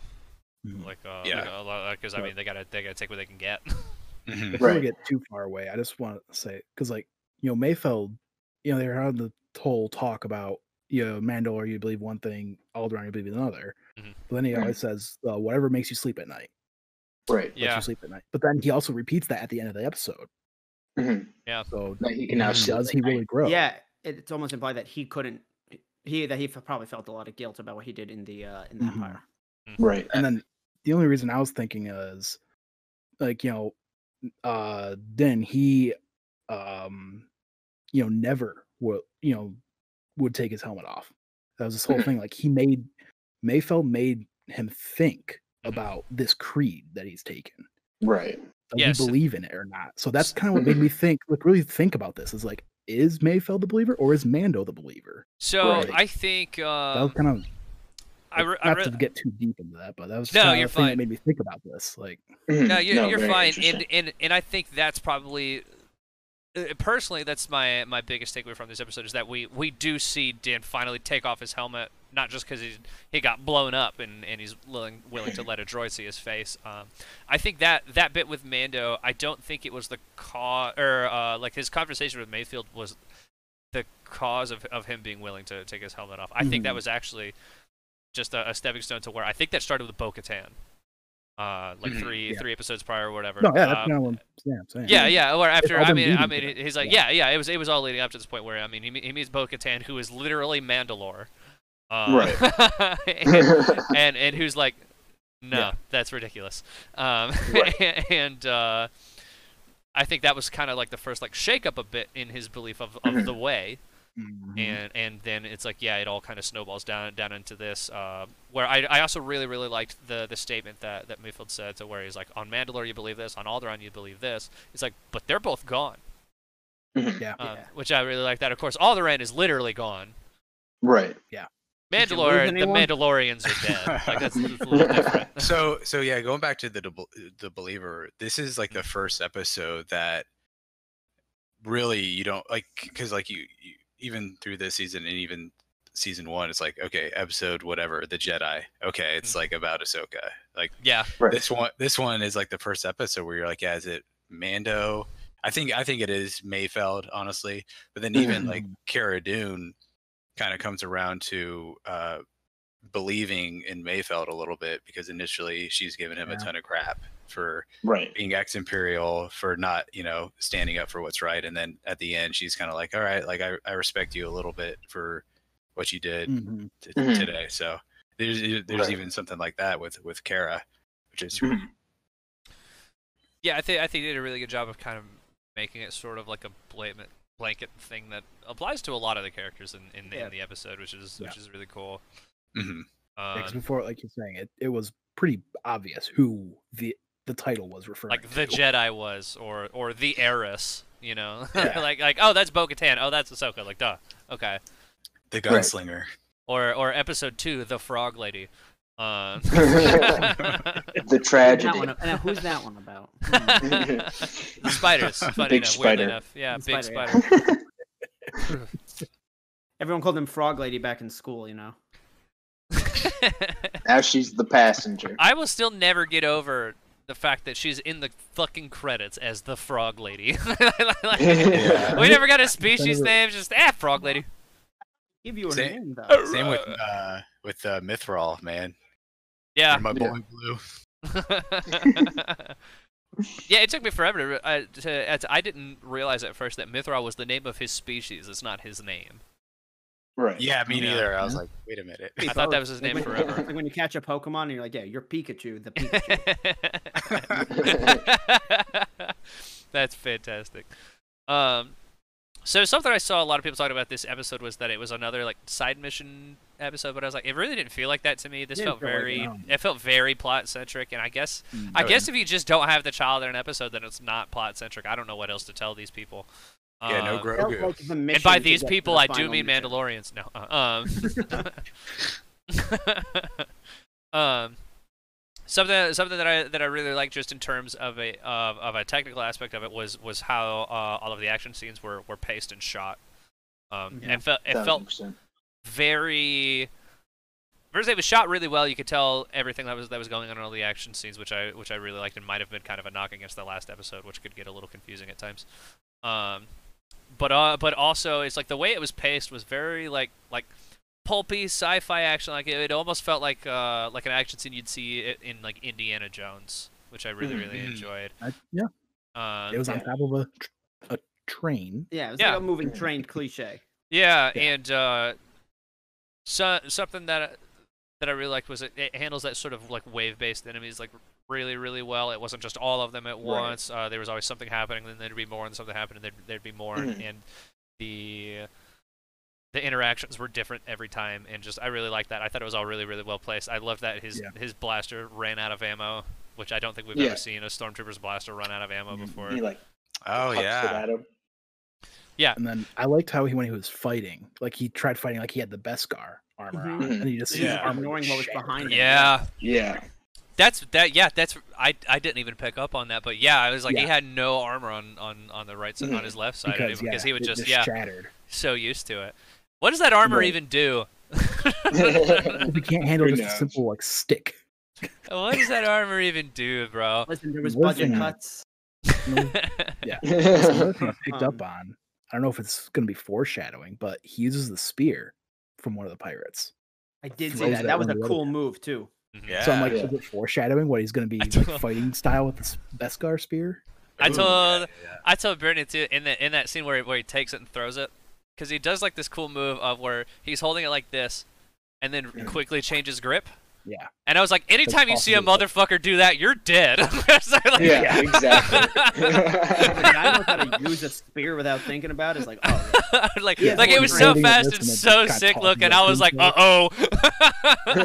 [SPEAKER 3] Mhm.
[SPEAKER 1] Like, uh,
[SPEAKER 5] Yeah.
[SPEAKER 1] like a lot because I
[SPEAKER 3] Right.
[SPEAKER 1] mean they gotta they gotta take what they can get.
[SPEAKER 5] Mhm.
[SPEAKER 3] Before
[SPEAKER 2] Right.
[SPEAKER 3] we get too far away, I just want to say because, like, you know, Mayfeld, you know, they were having the whole talk about you know Mandalore, you believe one thing, Alderaan, you believe another.
[SPEAKER 1] Mhm.
[SPEAKER 3] But then he
[SPEAKER 2] Right.
[SPEAKER 3] always says, uh, "Whatever makes you sleep at night,
[SPEAKER 2] Right.
[SPEAKER 3] lets
[SPEAKER 1] yeah.
[SPEAKER 3] you sleep at night." But then he also repeats that at the end of the episode.
[SPEAKER 2] Mhm.
[SPEAKER 3] So
[SPEAKER 2] Like he can now.
[SPEAKER 5] Mhm.
[SPEAKER 2] sleep
[SPEAKER 3] Mm-hmm. does
[SPEAKER 2] at
[SPEAKER 3] he
[SPEAKER 2] night.
[SPEAKER 3] really grow?
[SPEAKER 4] Yeah, it- it's almost implied that he couldn't. He that he f- probably felt a lot of guilt about what he did in the uh, in the
[SPEAKER 3] Mhm.
[SPEAKER 1] Mm-hmm.
[SPEAKER 4] Empire.
[SPEAKER 2] Right.
[SPEAKER 3] and then the only reason I was thinking is like you know uh then he um you know never would you know would take his helmet off that was this whole
[SPEAKER 2] Mhm.
[SPEAKER 3] thing like he made Mayfeld made him think
[SPEAKER 1] Mhm.
[SPEAKER 3] about this creed that he's taken
[SPEAKER 2] Right.
[SPEAKER 3] does
[SPEAKER 1] Yes.
[SPEAKER 3] he believe in it or not so that's kind of what made me think like really think about this is like is Mayfeld the believer or is Mando the believer
[SPEAKER 1] So
[SPEAKER 2] Right.
[SPEAKER 1] I think
[SPEAKER 3] that was
[SPEAKER 1] um,
[SPEAKER 3] kind of
[SPEAKER 1] I, re- I
[SPEAKER 3] not
[SPEAKER 1] re-
[SPEAKER 3] to get too deep into that but that was
[SPEAKER 1] No,
[SPEAKER 3] kind
[SPEAKER 1] you're
[SPEAKER 3] of the thing
[SPEAKER 1] fine.
[SPEAKER 3] that made me think about this like
[SPEAKER 2] Mhm.
[SPEAKER 1] no, you're, you're
[SPEAKER 2] very
[SPEAKER 1] fine,
[SPEAKER 2] interesting.
[SPEAKER 1] and, and and I think that's probably uh, personally that's my my biggest takeaway from this episode is that we we do see Din finally take off his helmet, not just because he he got blown up and and he's willing willing to let a droid see his face. Um, I think that that bit with Mando, I don't think it was the cause or uh, like his conversation with Mayfield was the cause of of him being willing to take his helmet off. I think that
[SPEAKER 2] Mm-hmm.
[SPEAKER 3] Mhm.
[SPEAKER 1] was actually just a, a stepping stone to where I think that started with Bo-Katan. Uh, like
[SPEAKER 5] Mhm.
[SPEAKER 1] three
[SPEAKER 3] Mm-hmm. Yeah.
[SPEAKER 1] three episodes prior or whatever.
[SPEAKER 3] No, yeah, that's
[SPEAKER 1] Um,
[SPEAKER 3] kind of what I'm yeah, I'm saying.
[SPEAKER 1] yeah, yeah. Or after,
[SPEAKER 3] all
[SPEAKER 1] I
[SPEAKER 3] been
[SPEAKER 1] mean, I
[SPEAKER 3] leading to
[SPEAKER 1] mean,
[SPEAKER 3] that,
[SPEAKER 1] he's like, yeah.
[SPEAKER 3] yeah.
[SPEAKER 1] yeah, It was, it was all leading up to this point where, I mean, he, me- he meets Bo-Katan, who is literally Mandalore, uh, and, and and who's like, no,
[SPEAKER 3] Yeah.
[SPEAKER 1] that's ridiculous. Um,
[SPEAKER 2] Right.
[SPEAKER 1] and uh, I think that was kind of like the first like shake up a bit in his belief of,
[SPEAKER 3] Mm-hmm.
[SPEAKER 1] of the way,
[SPEAKER 4] Mm-hmm.
[SPEAKER 3] Mhm.
[SPEAKER 1] and and then it's like, yeah, it all kind of snowballs down down into this. Uh, where I, I also really really liked the the statement that that Mayfield said to where he's like, on Mandalore you believe this, on Alderaan you believe this. It's like, but they're both gone.
[SPEAKER 2] Mhm.
[SPEAKER 3] Yeah.
[SPEAKER 1] Um,
[SPEAKER 4] Yeah.
[SPEAKER 1] which I really like that. Of course, Alderaan is literally gone.
[SPEAKER 2] Right.
[SPEAKER 4] Did you lose
[SPEAKER 1] Mandalore, the
[SPEAKER 4] anyone?
[SPEAKER 1] Mandalorians are dead. Like that's, that's a little different.
[SPEAKER 5] so so yeah going back to the Debel- the believer this is like the
[SPEAKER 1] Mm-hmm.
[SPEAKER 5] first episode that really you don't like because like you, you even through this season and even season one it's like okay episode whatever the jedi okay it's
[SPEAKER 1] Mm.
[SPEAKER 5] like about ahsoka like
[SPEAKER 1] yeah,
[SPEAKER 2] Right.
[SPEAKER 5] this one this one is like the first episode where you're like yeah is it mando i think i think it is mayfeld honestly but then even like
[SPEAKER 2] Mm.
[SPEAKER 5] Cara Dune kind of comes around to uh, believing in Mayfeld a little bit because initially she's given him a
[SPEAKER 3] Yeah.
[SPEAKER 5] ton of crap for
[SPEAKER 2] Right.
[SPEAKER 5] being ex imperial, for not, you know, standing up for what's right. And then at the end, she's kind of like, all right, like I, I respect you a little bit for what you did
[SPEAKER 3] Mhm.
[SPEAKER 5] t-
[SPEAKER 2] Mhm.
[SPEAKER 5] today. So there's there's
[SPEAKER 2] Right.
[SPEAKER 5] even something like that with with Kara, which is
[SPEAKER 2] Mhm.
[SPEAKER 1] yeah. I think I think they did a really good job of kind of making it sort of like a blanket blanket thing that applies to a lot of the characters in in, the
[SPEAKER 4] Yeah.
[SPEAKER 1] in the episode, which is
[SPEAKER 3] Yeah.
[SPEAKER 1] which is really cool.
[SPEAKER 5] Mhm.
[SPEAKER 3] Yeah, 'cause
[SPEAKER 1] Um,
[SPEAKER 3] before, like you're saying, it, it was pretty obvious who the the title was referring
[SPEAKER 1] like the
[SPEAKER 3] to.
[SPEAKER 1] Jedi was, or or the heiress. You know,
[SPEAKER 5] Yeah.
[SPEAKER 1] like like oh that's Bo-Katan, oh that's Ahsoka. Like duh, okay.
[SPEAKER 5] the
[SPEAKER 2] Right.
[SPEAKER 5] gunslinger.
[SPEAKER 1] Or or episode two, the Frog Lady. Um,
[SPEAKER 2] The
[SPEAKER 4] Who's
[SPEAKER 2] tragedy.
[SPEAKER 4] that one, and who's that one about? Hmm.
[SPEAKER 1] spiders. Funny
[SPEAKER 2] Big
[SPEAKER 1] enough,
[SPEAKER 2] spider.
[SPEAKER 1] Weirdly enough. Yeah,
[SPEAKER 4] Big
[SPEAKER 1] big
[SPEAKER 4] spider,
[SPEAKER 1] spider.
[SPEAKER 4] yeah. Everyone called him Frog Lady back in school, you know.
[SPEAKER 2] Now she's the passenger.
[SPEAKER 1] I will still never get over the fact that she's in the fucking credits as the frog lady. Like,
[SPEAKER 2] Yeah.
[SPEAKER 1] we never got a species name, just ah, frog lady.
[SPEAKER 4] Give you a
[SPEAKER 5] Say-
[SPEAKER 4] name though.
[SPEAKER 5] Same with uh, with uh, Mithral, man.
[SPEAKER 1] Yeah.
[SPEAKER 5] Or my
[SPEAKER 2] Yeah.
[SPEAKER 5] boy Blue.
[SPEAKER 1] yeah, it took me forever to, re- uh, to, uh, to. I didn't realize at first that Mithral was the name of his species. It's not his name.
[SPEAKER 2] Right.
[SPEAKER 5] Yeah, me
[SPEAKER 1] Yeah.
[SPEAKER 5] neither. I was like, wait a minute.
[SPEAKER 1] I thought that was his name
[SPEAKER 4] when,
[SPEAKER 1] forever.
[SPEAKER 4] Like when you catch a Pokemon and you're like, yeah, you're Pikachu, the Pikachu.
[SPEAKER 1] That's fantastic. Um, so something I saw a lot of people talking about this episode was that it was another like side mission episode, but I was like, it really didn't feel like that to me. This
[SPEAKER 4] Didn't
[SPEAKER 1] felt
[SPEAKER 4] feel like
[SPEAKER 1] very,
[SPEAKER 3] it, no.
[SPEAKER 1] it felt very plot centric, and I guess,
[SPEAKER 3] Mm.
[SPEAKER 4] Mm-hmm.
[SPEAKER 1] I
[SPEAKER 5] Oh,
[SPEAKER 1] guess if you just don't have the child in an episode, then it's not plot centric. I don't know what else to tell these people.
[SPEAKER 5] yeah, no
[SPEAKER 1] Um,
[SPEAKER 4] Felt
[SPEAKER 5] Grogu.
[SPEAKER 4] like the mission
[SPEAKER 1] and by
[SPEAKER 4] to
[SPEAKER 1] these
[SPEAKER 4] get to
[SPEAKER 1] people,
[SPEAKER 4] the
[SPEAKER 1] I do
[SPEAKER 4] final
[SPEAKER 1] mean
[SPEAKER 4] mission.
[SPEAKER 1] Mandalorians. No. uh, um, um, something something that I that I really liked, just in terms of a of, of a technical aspect of it, was was how uh, all of the action scenes were were paced and shot. Um,
[SPEAKER 4] Yeah.
[SPEAKER 1] and felt it felt
[SPEAKER 2] 1000%.
[SPEAKER 1] very first it was shot really well you could tell everything that was that was going on in all the action scenes which i which i really liked and might have been kind of a knock against the last episode which could get a little confusing at times um but uh but also it's like the way it was paced was very like like pulpy sci-fi action like it, it almost felt like uh like an action scene you'd see i- in like indiana jones which i really really
[SPEAKER 5] Mhm.
[SPEAKER 1] enjoyed
[SPEAKER 3] I- yeah,
[SPEAKER 1] um,
[SPEAKER 3] Mm-hmm. it was on
[SPEAKER 2] yeah.
[SPEAKER 3] top of a tr- a train.
[SPEAKER 4] Yeah, it's
[SPEAKER 1] Yeah.
[SPEAKER 4] like a moving train cliche.
[SPEAKER 1] Yeah,
[SPEAKER 3] Yeah.
[SPEAKER 1] and uh, so something that that I really liked was it, it handles that sort of like wave-based enemies like really, really well. It wasn't just all of them at once. Uh, there was always something happening, then there'd be more, and something happened, and there'd, there'd be more, and-
[SPEAKER 2] Mhm.
[SPEAKER 1] and the the interactions were different every time. And just I really liked that. I thought it was all really, really well placed. I loved that his
[SPEAKER 3] Yeah.
[SPEAKER 1] his blaster ran out of ammo, which I don't think we've
[SPEAKER 2] Yeah.
[SPEAKER 1] ever seen a stormtrooper's blaster run out of ammo
[SPEAKER 3] Mm,
[SPEAKER 1] before.
[SPEAKER 2] He like
[SPEAKER 5] Oh
[SPEAKER 2] hucks it
[SPEAKER 5] yeah.
[SPEAKER 2] at him.
[SPEAKER 3] And then I liked how he when he was fighting, like he tried fighting like he had the Beskar armor on,
[SPEAKER 2] Mhm.
[SPEAKER 3] and you just see his
[SPEAKER 5] Yeah.
[SPEAKER 3] armor
[SPEAKER 4] Ignoring Mm-hmm. what was
[SPEAKER 3] shattered.
[SPEAKER 4] behind him.
[SPEAKER 1] yeah,
[SPEAKER 2] Yeah.
[SPEAKER 1] That's that. Yeah, that's. I I didn't even pick up on that, but yeah, I was like, he
[SPEAKER 3] Yeah. Mm-hmm.
[SPEAKER 1] had no armor on on on the right side, on
[SPEAKER 2] Mhm.
[SPEAKER 1] his left side, of
[SPEAKER 3] because,
[SPEAKER 1] him, because
[SPEAKER 3] yeah,
[SPEAKER 1] he would
[SPEAKER 3] it
[SPEAKER 1] just, yeah,
[SPEAKER 3] shattered.
[SPEAKER 1] so used to it. What does that armor
[SPEAKER 2] Right.
[SPEAKER 1] even do?
[SPEAKER 3] If you can't handle
[SPEAKER 2] Who
[SPEAKER 3] just a
[SPEAKER 2] knows?
[SPEAKER 3] simple like stick,
[SPEAKER 1] what does that armor even do, bro?
[SPEAKER 4] Listen, there was
[SPEAKER 3] Listen.
[SPEAKER 4] budget cuts.
[SPEAKER 3] you know, Another thing I picked up
[SPEAKER 4] Um.
[SPEAKER 3] on. I don't know if it's going to be foreshadowing, but he uses the spear from one of the pirates.
[SPEAKER 4] I did see
[SPEAKER 3] Throws
[SPEAKER 4] that.
[SPEAKER 3] that
[SPEAKER 4] That was a
[SPEAKER 3] one away.
[SPEAKER 4] cool move too.
[SPEAKER 5] Yeah.
[SPEAKER 3] so I'm like,
[SPEAKER 2] Yeah.
[SPEAKER 3] is it foreshadowing what he's going to be
[SPEAKER 1] I
[SPEAKER 3] like
[SPEAKER 1] don't-
[SPEAKER 3] fighting style with the s- Beskar spear?
[SPEAKER 1] I
[SPEAKER 5] Ooh,
[SPEAKER 1] told-
[SPEAKER 5] yeah, yeah,
[SPEAKER 1] I told Brittany too in that in that scene where he, where he takes it and throws it, because he does like this cool move of where he's holding it like this, and then
[SPEAKER 2] Mhm.
[SPEAKER 1] quickly changes grip.
[SPEAKER 3] Mm-hmm. Yeah.
[SPEAKER 1] And I was like, anytime you see a
[SPEAKER 3] possible.
[SPEAKER 1] motherfucker do that, you're dead. It's like-
[SPEAKER 2] Yeah,
[SPEAKER 4] The
[SPEAKER 2] exactly.
[SPEAKER 4] guy knows how to use a spear without thinking about it. It's like, oh,
[SPEAKER 1] like
[SPEAKER 4] Yeah.
[SPEAKER 1] like it was so
[SPEAKER 3] Holding it
[SPEAKER 1] fast
[SPEAKER 3] this
[SPEAKER 1] and
[SPEAKER 3] and then
[SPEAKER 1] so
[SPEAKER 3] just got
[SPEAKER 1] sick
[SPEAKER 3] caught
[SPEAKER 1] looking.
[SPEAKER 3] in
[SPEAKER 1] I
[SPEAKER 3] the
[SPEAKER 1] was like, uh
[SPEAKER 3] detail.
[SPEAKER 1] oh.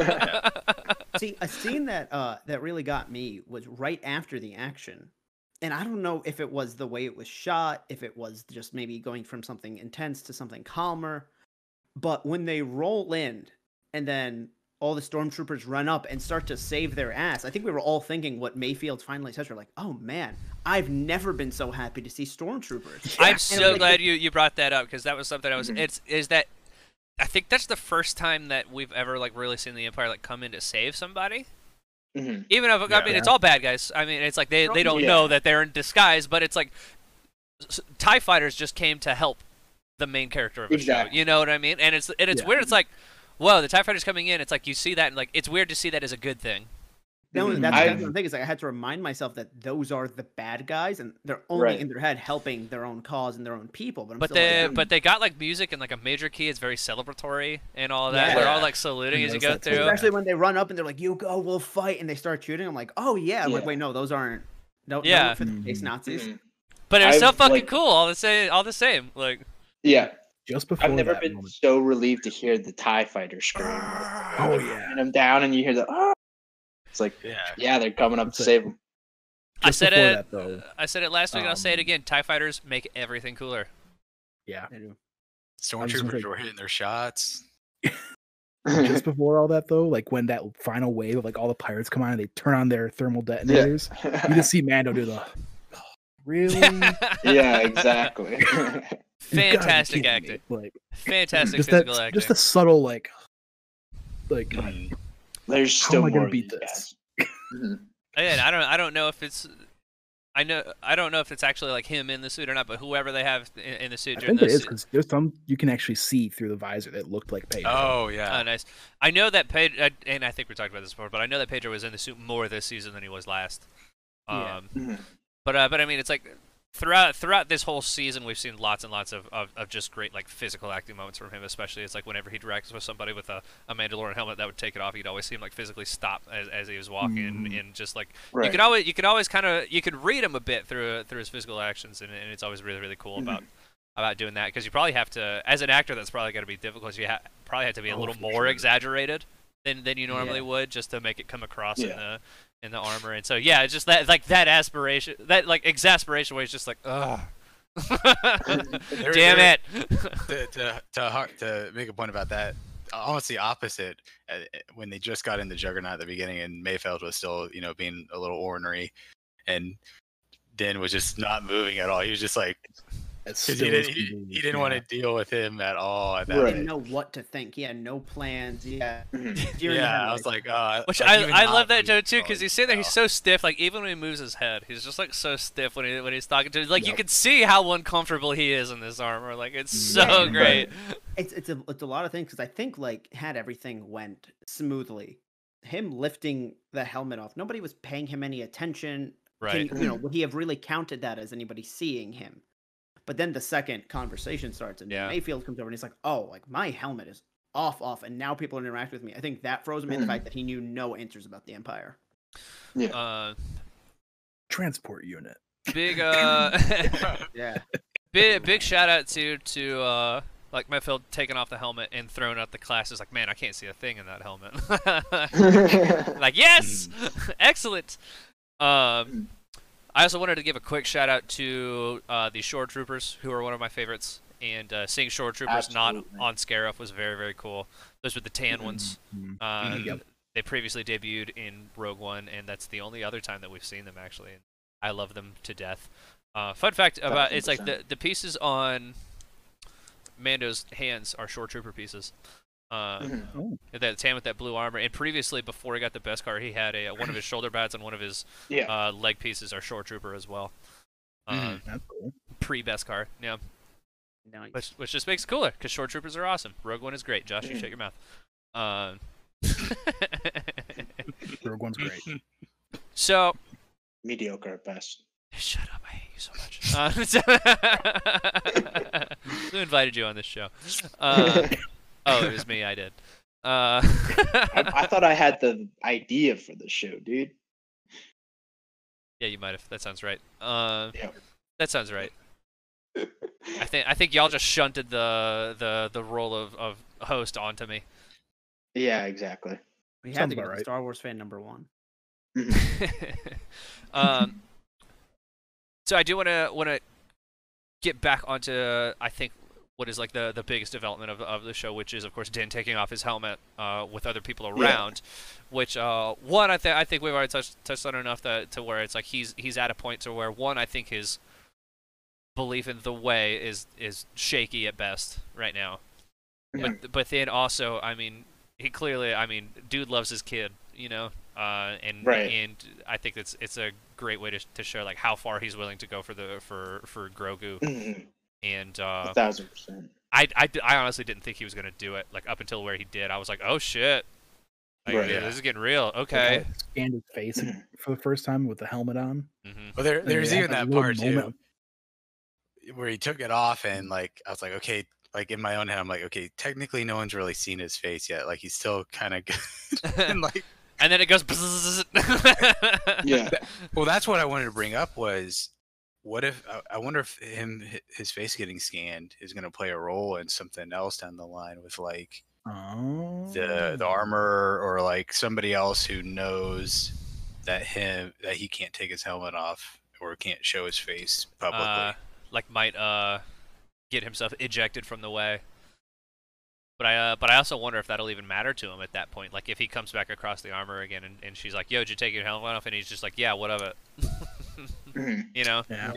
[SPEAKER 4] See, a scene that uh that really got me was right after the action. And I don't know if it was the way it was shot, if it was just maybe going from something intense to something calmer. But when they roll in and then all the stormtroopers run up and start to save their ass, I think we were all thinking what Mayfield finally says. We're like, oh man, I've never been so happy to see stormtroopers.
[SPEAKER 1] I'm
[SPEAKER 4] like
[SPEAKER 1] so
[SPEAKER 4] the-
[SPEAKER 1] glad you, you brought that up because that was something I was.
[SPEAKER 2] Mhm.
[SPEAKER 1] It's is that I think that's the first time that we've ever like really seen the Empire like come in to save somebody.
[SPEAKER 2] Mhm.
[SPEAKER 1] Even if I mean
[SPEAKER 5] Yeah.
[SPEAKER 1] it's all bad guys. I mean it's like they they don't
[SPEAKER 2] Yeah.
[SPEAKER 1] know that they're in disguise, but it's like s- s- Tie Fighters just came to help the main character of a show.
[SPEAKER 2] Exactly.
[SPEAKER 1] You know what I mean? And it's and it's
[SPEAKER 3] Yeah.
[SPEAKER 1] weird. It's like. Whoa, the Tie Fighters coming in. It's like you see that, and like it's weird to see that as a good thing.
[SPEAKER 4] No,
[SPEAKER 2] Mhm.
[SPEAKER 4] that's,
[SPEAKER 2] I-
[SPEAKER 4] that's the thing is like I had to remind myself that those are the bad guys, and they're only
[SPEAKER 2] Right.
[SPEAKER 4] in their head helping their own cause and their own people. But, I'm
[SPEAKER 1] But
[SPEAKER 4] still like,
[SPEAKER 1] they
[SPEAKER 2] that.
[SPEAKER 1] but they got like music and like a major key. It's very celebratory and all that.
[SPEAKER 4] Yeah.
[SPEAKER 1] They're all like saluting
[SPEAKER 3] I
[SPEAKER 1] as you go
[SPEAKER 3] noticed that
[SPEAKER 1] through.
[SPEAKER 3] too.
[SPEAKER 4] especially when they run up and they're like, "You go, we'll fight," and they start shooting. I'm like, "Oh yeah," I'm like
[SPEAKER 2] Yeah.
[SPEAKER 4] wait, no, those aren't. No,
[SPEAKER 1] Yeah.
[SPEAKER 4] no for the face
[SPEAKER 3] Mhm.
[SPEAKER 4] Nazis.
[SPEAKER 2] Mhm.
[SPEAKER 1] But it was so
[SPEAKER 2] I've,
[SPEAKER 1] fucking
[SPEAKER 2] like-
[SPEAKER 1] cool. All the same. All the same. Like
[SPEAKER 2] Yeah.
[SPEAKER 3] Just before
[SPEAKER 2] I've never
[SPEAKER 3] that
[SPEAKER 2] been
[SPEAKER 3] moment.
[SPEAKER 2] so relieved to hear the TIE fighter scream.
[SPEAKER 3] Oh yeah.
[SPEAKER 2] And I'm down and you hear the, oh. It's like,
[SPEAKER 5] yeah.
[SPEAKER 2] yeah, they're coming up
[SPEAKER 3] It's
[SPEAKER 2] to
[SPEAKER 3] like-
[SPEAKER 2] save him.
[SPEAKER 1] I
[SPEAKER 3] Just
[SPEAKER 1] said
[SPEAKER 3] before
[SPEAKER 1] it.
[SPEAKER 3] that though.
[SPEAKER 1] I said it last week, and I'll say it
[SPEAKER 3] Um,
[SPEAKER 1] again. Tie fighters make everything cooler.
[SPEAKER 3] Yeah.
[SPEAKER 4] They do.
[SPEAKER 5] Stormtroopers were hitting their shots.
[SPEAKER 3] Just before all that though, like when that final wave of like all the pirates come on and they turn on their thermal detonators, you just see Mando do the really
[SPEAKER 2] yeah, exactly.
[SPEAKER 3] You gotta be
[SPEAKER 1] Fantastic
[SPEAKER 3] kidding me.
[SPEAKER 1] acting.
[SPEAKER 3] Like
[SPEAKER 1] Fantastic
[SPEAKER 3] just
[SPEAKER 1] physical
[SPEAKER 3] that,
[SPEAKER 1] acting.
[SPEAKER 3] just the subtle like like
[SPEAKER 5] Mm.
[SPEAKER 2] There's
[SPEAKER 3] How
[SPEAKER 2] still
[SPEAKER 3] am I gonna
[SPEAKER 2] more of
[SPEAKER 3] beat
[SPEAKER 2] these
[SPEAKER 3] this?
[SPEAKER 2] guys. Mhm.
[SPEAKER 1] Again, I don't I don't know if it's I know I don't know if it's actually like him in the suit or not, but whoever they have in, in the suit
[SPEAKER 3] I
[SPEAKER 1] during
[SPEAKER 3] think it
[SPEAKER 1] the
[SPEAKER 3] is
[SPEAKER 1] suit-
[SPEAKER 3] because there's some you can actually see through the visor that looked like paper.
[SPEAKER 5] Oh
[SPEAKER 1] Oh,
[SPEAKER 5] yeah.
[SPEAKER 1] nice. I know that Pedro, and I think we talked about this before, but I know that Pedro was in the suit more this season than he was last. Um,
[SPEAKER 4] Yeah.
[SPEAKER 2] Mhm.
[SPEAKER 1] But uh, but I mean, it's like throughout throughout this whole season, we've seen lots and lots of, of, of just great like physical acting moments from him. Especially, it's like whenever he directs with somebody with a, a Mandalorian helmet that would take it off, he'd always seem like physically stop as, as he was walking,
[SPEAKER 3] Mhm.
[SPEAKER 1] and just like
[SPEAKER 2] Right.
[SPEAKER 1] you could always you could always kind of you could read him a bit through through his physical actions, and, and it's always really really cool
[SPEAKER 2] Mhm.
[SPEAKER 1] about about doing that because you probably have to as an actor that's probably going to be difficult. You ha- probably have to be a
[SPEAKER 3] Oh,
[SPEAKER 1] little
[SPEAKER 3] for
[SPEAKER 1] more
[SPEAKER 3] sure.
[SPEAKER 1] exaggerated than than you normally
[SPEAKER 4] Yeah.
[SPEAKER 1] would just to make it come across in
[SPEAKER 2] Yeah.
[SPEAKER 1] the in the armor. And so yeah, it's just that like that aspiration, that like exasperation where it's just like, ugh.
[SPEAKER 5] There-
[SPEAKER 1] Damn
[SPEAKER 5] there-
[SPEAKER 1] it!
[SPEAKER 5] to, to, to, har- to make a point about that, almost the opposite. uh, When they just got into Juggernaut at the beginning, and Mayfeld was still, you know, being a little ornery, and Din was just not moving at all. He was just like,
[SPEAKER 3] That's
[SPEAKER 5] 'cause he
[SPEAKER 3] still as
[SPEAKER 5] didn't, he,
[SPEAKER 3] convenient,
[SPEAKER 5] he didn't
[SPEAKER 3] yeah.
[SPEAKER 5] want to deal with him at all at that.
[SPEAKER 2] Right.
[SPEAKER 4] He didn't
[SPEAKER 5] point.
[SPEAKER 4] know what to think. He had no plans. Yeah.
[SPEAKER 2] Mhm.
[SPEAKER 5] Yeah, I was like, uh,
[SPEAKER 1] Which
[SPEAKER 5] like,
[SPEAKER 1] I,
[SPEAKER 5] even
[SPEAKER 1] I
[SPEAKER 5] not
[SPEAKER 1] love that
[SPEAKER 5] moving
[SPEAKER 1] Joe too
[SPEAKER 5] at all,
[SPEAKER 1] because
[SPEAKER 5] you
[SPEAKER 1] he's sitting there,
[SPEAKER 5] can
[SPEAKER 1] he's so stiff. Like even when he moves his head, he's just like so stiff when he when he's talking to. Like you
[SPEAKER 3] Yep.
[SPEAKER 1] can see how uncomfortable he is in this armor. Like it's
[SPEAKER 3] Yeah,
[SPEAKER 1] so
[SPEAKER 2] right.
[SPEAKER 1] great.
[SPEAKER 4] it's it's a it's a lot of things because I think like had everything went smoothly, him lifting the helmet off, nobody was paying him any attention.
[SPEAKER 1] Right.
[SPEAKER 4] Can, you know, would he have really counted that as anybody seeing him? But then the second conversation starts, and
[SPEAKER 1] Yeah.
[SPEAKER 4] Mayfield comes over and he's like, "Oh, like my helmet is off, off," and now people interact with me. I think that froze him in the
[SPEAKER 2] Mhm.
[SPEAKER 4] fact that he knew no answers about the Empire.
[SPEAKER 1] Uh,
[SPEAKER 3] transport unit.
[SPEAKER 1] big uh,
[SPEAKER 4] Yeah,
[SPEAKER 1] big big shout out to to uh, like Mayfield taking off the helmet and throwing out the classes. Like man, I can't see a thing in that helmet. like yes excellent um i also wanted to give a quick shout out to uh, the shore troopers who are one of my favorites and uh, seeing shore troopers
[SPEAKER 2] Absolutely.
[SPEAKER 1] not on scarif was very very cool those were the tan ones
[SPEAKER 3] Mhm.
[SPEAKER 1] uh,
[SPEAKER 5] Mhm.
[SPEAKER 3] Yep.
[SPEAKER 1] they previously debuted in rogue one and that's the only other time that we've seen them actually and i love them to death uh, fun fact about it's like the, the pieces on mando's hands are shore trooper pieces uh,
[SPEAKER 2] Mhm.
[SPEAKER 1] that Tam with that blue armor. And previously, before he got the best car, he had a uh, one of his shoulder pads and one of his
[SPEAKER 2] yeah. Mm-hmm.
[SPEAKER 1] uh, leg pieces are short trooper as well. Uh,
[SPEAKER 5] Mhm.
[SPEAKER 3] That's cool.
[SPEAKER 1] Pre best car, yeah,
[SPEAKER 4] no,
[SPEAKER 1] which which just makes it cooler because short troopers are awesome. Rogue One is great. Josh,
[SPEAKER 2] Mm-hmm.
[SPEAKER 1] you shut your mouth. Um,
[SPEAKER 3] Rogue One's great.
[SPEAKER 1] so
[SPEAKER 2] mediocre at best.
[SPEAKER 1] shut up. I hate you so much. Uh, so- Who invited you on this show? Uh, oh, it was me. I did. Uh,
[SPEAKER 2] I, I thought I had the idea for the show, dude.
[SPEAKER 1] yeah, you might have. That sounds right. Um,
[SPEAKER 2] Yeah.
[SPEAKER 1] That sounds right. I think I think y'all just shunted the the, the role of, of host onto me.
[SPEAKER 2] Yeah, exactly.
[SPEAKER 4] we
[SPEAKER 3] sounds
[SPEAKER 4] had to
[SPEAKER 3] about
[SPEAKER 4] go to
[SPEAKER 3] right.
[SPEAKER 4] Star Wars fan number one.
[SPEAKER 1] um, so I do want to want to get back onto I think what is like the, the biggest development of, of the show, which is of course Din taking off his helmet uh, with other people
[SPEAKER 2] Yeah.
[SPEAKER 1] around. Which uh, one I think I think we've already touched touched on enough that to where it's like he's he's at a point to where one I think his belief in the way is is shaky at best right now. But but then also, I mean, he clearly, I mean, dude loves his kid, you know, uh, and
[SPEAKER 2] Right.
[SPEAKER 1] and I think it's it's a great way to, to show like how far he's willing to go for the for for Grogu,
[SPEAKER 2] Mhm.
[SPEAKER 1] and
[SPEAKER 2] A
[SPEAKER 1] uh,
[SPEAKER 2] thousand percent.
[SPEAKER 1] I, I d- I honestly didn't think he was gonna do it like up until where he did. I was like, oh shit, like,
[SPEAKER 2] Right.
[SPEAKER 1] this is getting real.
[SPEAKER 3] Like,
[SPEAKER 1] Okay,
[SPEAKER 3] I Scanned his face and- for the first time with the helmet on.
[SPEAKER 1] hmm
[SPEAKER 5] Well, there,
[SPEAKER 3] and
[SPEAKER 5] there's
[SPEAKER 3] they had
[SPEAKER 5] even that
[SPEAKER 3] little
[SPEAKER 5] part
[SPEAKER 3] moment
[SPEAKER 5] too. where he took it off and like I was like, okay, like in my own head, I'm like, okay, technically no one's really seen his face yet. Like he's still kind of good. and like,
[SPEAKER 1] Mm-hmm. and then it goes. bzzz.
[SPEAKER 2] Yeah.
[SPEAKER 5] well, that's what I wanted to bring up was, what if I- I wonder if him hi- his face getting scanned is going to play a role in something else down the line with like
[SPEAKER 3] Oh.
[SPEAKER 5] the
[SPEAKER 1] Mm.
[SPEAKER 5] the armor or like somebody else who knows that him that he can't take his helmet off or can't show his face publicly.
[SPEAKER 1] uh, like might uh get himself ejected from the way. But I uh, but I also wonder if that'll even matter to him at that point. Like if he comes back across the armor again and, and she's like, "Yo, did you take your helmet off?" and he's just like, "Yeah, what of it?"
[SPEAKER 2] Mhm.
[SPEAKER 1] you know.
[SPEAKER 3] Yeah.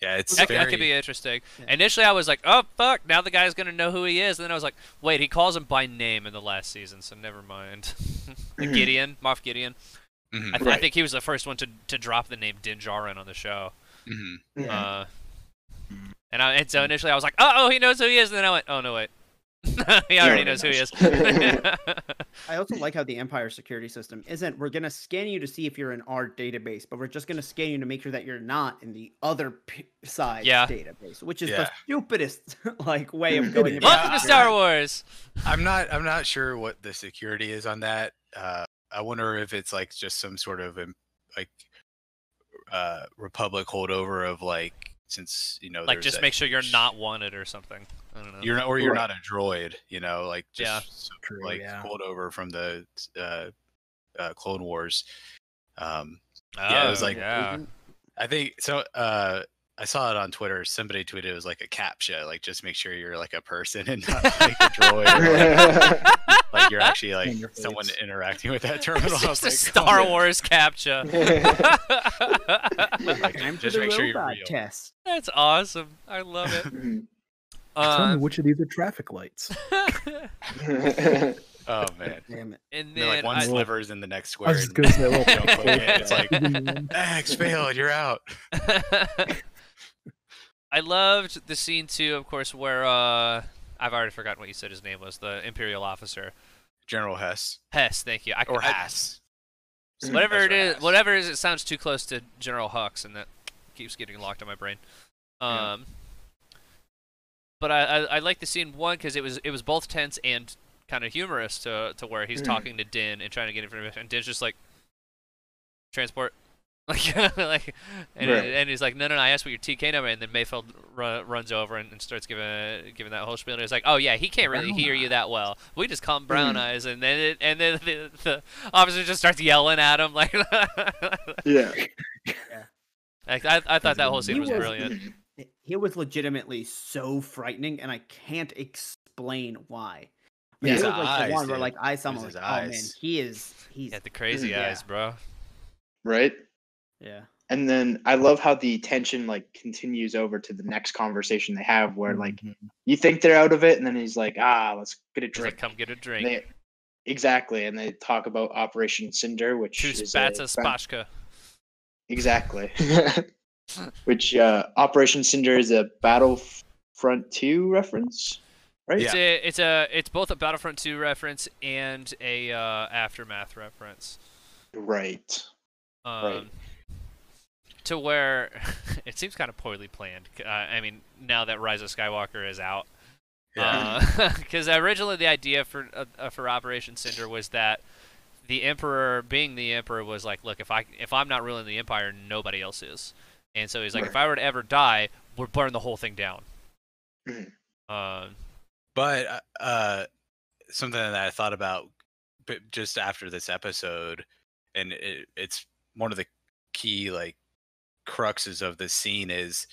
[SPEAKER 5] Yeah, it's
[SPEAKER 1] That,
[SPEAKER 5] very,
[SPEAKER 1] that could be interesting.
[SPEAKER 4] Yeah.
[SPEAKER 1] Initially, I was like, "Oh fuck!" Now the guy's gonna know who he is. And then I was like, "Wait, he calls him by name in the last season, so never mind." The Gideon, Moff Gideon.
[SPEAKER 5] Mhm,
[SPEAKER 1] I, th- I
[SPEAKER 2] Right.
[SPEAKER 1] think he was the first one to, to drop the name Din Djarin on the show.
[SPEAKER 5] mhm.
[SPEAKER 2] Mm-hmm.
[SPEAKER 1] Uh,
[SPEAKER 5] Mm-hmm.
[SPEAKER 1] and I, and so initially I was like, "Oh, oh, he knows who he is," and then I went, "Oh no, wait, he already
[SPEAKER 2] already
[SPEAKER 1] knows who he is."
[SPEAKER 2] knows.
[SPEAKER 4] I also like how the Empire security system isn't we're going to scan you to see if you're in our database, but we're just going to scan you to make sure that you're not in the other p- side
[SPEAKER 1] Yeah.
[SPEAKER 4] database, which is the
[SPEAKER 5] Yeah.
[SPEAKER 4] stupidest like way
[SPEAKER 2] It
[SPEAKER 4] of going
[SPEAKER 2] is.
[SPEAKER 4] about
[SPEAKER 1] Welcome
[SPEAKER 5] Yeah.
[SPEAKER 1] to
[SPEAKER 4] it.
[SPEAKER 1] Star Wars.
[SPEAKER 5] I'm not. I'm not sure what the security is on that. Uh, I wonder if it's like just some sort of um, like uh, Republic holdover of like since you know
[SPEAKER 1] Like,
[SPEAKER 5] there's
[SPEAKER 1] just
[SPEAKER 5] that-
[SPEAKER 1] make sure you're not wanted or something. I don't know.
[SPEAKER 5] you're not or you're
[SPEAKER 2] Right.
[SPEAKER 5] not a droid. You know, like just
[SPEAKER 1] Yeah.
[SPEAKER 5] some,
[SPEAKER 3] True,
[SPEAKER 5] like
[SPEAKER 3] yeah.
[SPEAKER 5] holdover from the uh, uh, Clone Wars. Um,
[SPEAKER 1] oh,
[SPEAKER 5] yeah, it was like-
[SPEAKER 1] yeah.
[SPEAKER 5] I think so. Uh, I saw it on Twitter. Somebody tweeted it was like a captcha, like just make sure you're like a person and not like a droid. Or, like, like you're actually like
[SPEAKER 3] In your
[SPEAKER 5] someone
[SPEAKER 3] face.
[SPEAKER 5] interacting with that terminal.
[SPEAKER 1] It's
[SPEAKER 5] I was
[SPEAKER 1] just a
[SPEAKER 5] like,
[SPEAKER 1] Star
[SPEAKER 5] "Oh,
[SPEAKER 1] Wars captcha.
[SPEAKER 5] like,
[SPEAKER 4] Time for
[SPEAKER 5] just
[SPEAKER 4] the
[SPEAKER 5] make sure you're
[SPEAKER 4] robot
[SPEAKER 5] real.
[SPEAKER 4] test.
[SPEAKER 1] That's awesome. I love it.
[SPEAKER 2] Mm-hmm.
[SPEAKER 3] Tell me
[SPEAKER 1] Um,
[SPEAKER 3] which of these are traffic lights.
[SPEAKER 5] Oh man.
[SPEAKER 4] Damn it.
[SPEAKER 1] and
[SPEAKER 5] They're like
[SPEAKER 1] then
[SPEAKER 5] one
[SPEAKER 1] I-
[SPEAKER 5] sliver is in the next square.
[SPEAKER 3] I was just
[SPEAKER 5] and
[SPEAKER 3] gonna say, well,
[SPEAKER 5] you don't click it. It's like
[SPEAKER 3] like,
[SPEAKER 5] "Ah, expelled. You're out.
[SPEAKER 1] I loved the scene too, of course, where uh, I've already forgotten what you said his name was, the Imperial officer
[SPEAKER 5] General Hess
[SPEAKER 1] Hess. Thank you. I,
[SPEAKER 5] or
[SPEAKER 1] I-
[SPEAKER 5] Hass.
[SPEAKER 1] whatever
[SPEAKER 5] That's
[SPEAKER 1] it
[SPEAKER 5] right,
[SPEAKER 1] is,
[SPEAKER 5] Hess.
[SPEAKER 1] whatever it is, it sounds too close to General Hux, and that keeps getting locked in my brain.
[SPEAKER 5] Yeah.
[SPEAKER 1] Um, but I, I, I like the scene one because it was it was both tense and kind of humorous to to where he's
[SPEAKER 5] Mm-hmm.
[SPEAKER 2] Mhm.
[SPEAKER 1] talking to Din and trying to get information, and Din's just like transport. Like, like, and,
[SPEAKER 2] Right.
[SPEAKER 1] and he's like, no, no, no. I asked what your TK number, and then Mayfield ru- runs over and, and starts giving giving that whole spiel. And he's like, oh yeah, he can't really
[SPEAKER 3] Brown
[SPEAKER 1] hear you that well. We just
[SPEAKER 2] Hmm.
[SPEAKER 1] call him Brown Eyes, and then it, and then the, the officer just starts yelling at him. Like, like
[SPEAKER 2] yeah.
[SPEAKER 1] I, I thought that whole
[SPEAKER 3] good.
[SPEAKER 1] scene
[SPEAKER 4] He
[SPEAKER 1] was
[SPEAKER 4] was-
[SPEAKER 1] brilliant.
[SPEAKER 2] Mm-hmm.
[SPEAKER 4] It- It was legitimately so frightening, and I can't explain why.
[SPEAKER 2] Yeah.
[SPEAKER 4] Like, it
[SPEAKER 5] His
[SPEAKER 4] was like
[SPEAKER 5] eyes,
[SPEAKER 4] the one where
[SPEAKER 5] dude.
[SPEAKER 4] like I saw
[SPEAKER 5] It
[SPEAKER 4] him
[SPEAKER 5] was
[SPEAKER 4] like,
[SPEAKER 5] his
[SPEAKER 4] oh man,
[SPEAKER 5] eyes.
[SPEAKER 4] he is he's
[SPEAKER 1] He had the crazy
[SPEAKER 4] Yeah.
[SPEAKER 1] eyes, bro.
[SPEAKER 2] Right.
[SPEAKER 4] yeah.
[SPEAKER 2] And then I love how the tension like continues over to the next conversation they have,
[SPEAKER 1] Mm-hmm.
[SPEAKER 2] where like you think they're out of it, and then he's like, "Ah, let's get a
[SPEAKER 1] He's like,
[SPEAKER 2] drink."
[SPEAKER 1] come get a
[SPEAKER 2] And
[SPEAKER 1] drink.
[SPEAKER 2] they, exactly, and they talk about Operation Cinder, which
[SPEAKER 1] Two
[SPEAKER 2] is
[SPEAKER 1] spats
[SPEAKER 2] a
[SPEAKER 1] of
[SPEAKER 2] ban-
[SPEAKER 1] Spashka.
[SPEAKER 2] Exactly. Which uh, Operation Cinder is a Battlefront 2 reference, right?
[SPEAKER 1] It's a, it's a, it's both a Battlefront 2 reference and a uh, aftermath reference.
[SPEAKER 2] Right.
[SPEAKER 1] Um, To where it seems kind of poorly planned. c- Uh, I mean, now that Rise of Skywalker is out,
[SPEAKER 5] Yeah.
[SPEAKER 1] because Uh, originally the idea for uh, uh, for Operation Cinder was that the Emperor, being the Emperor, was like, look, if I if I'm not ruling the Empire, nobody else is. And so he's like, if I were to ever die, we'll burn the whole thing down.
[SPEAKER 2] Mhm.
[SPEAKER 1] Um,
[SPEAKER 5] But uh, uh, something that I thought about, but just after this episode, and it, it's one of the key like cruxes of this scene is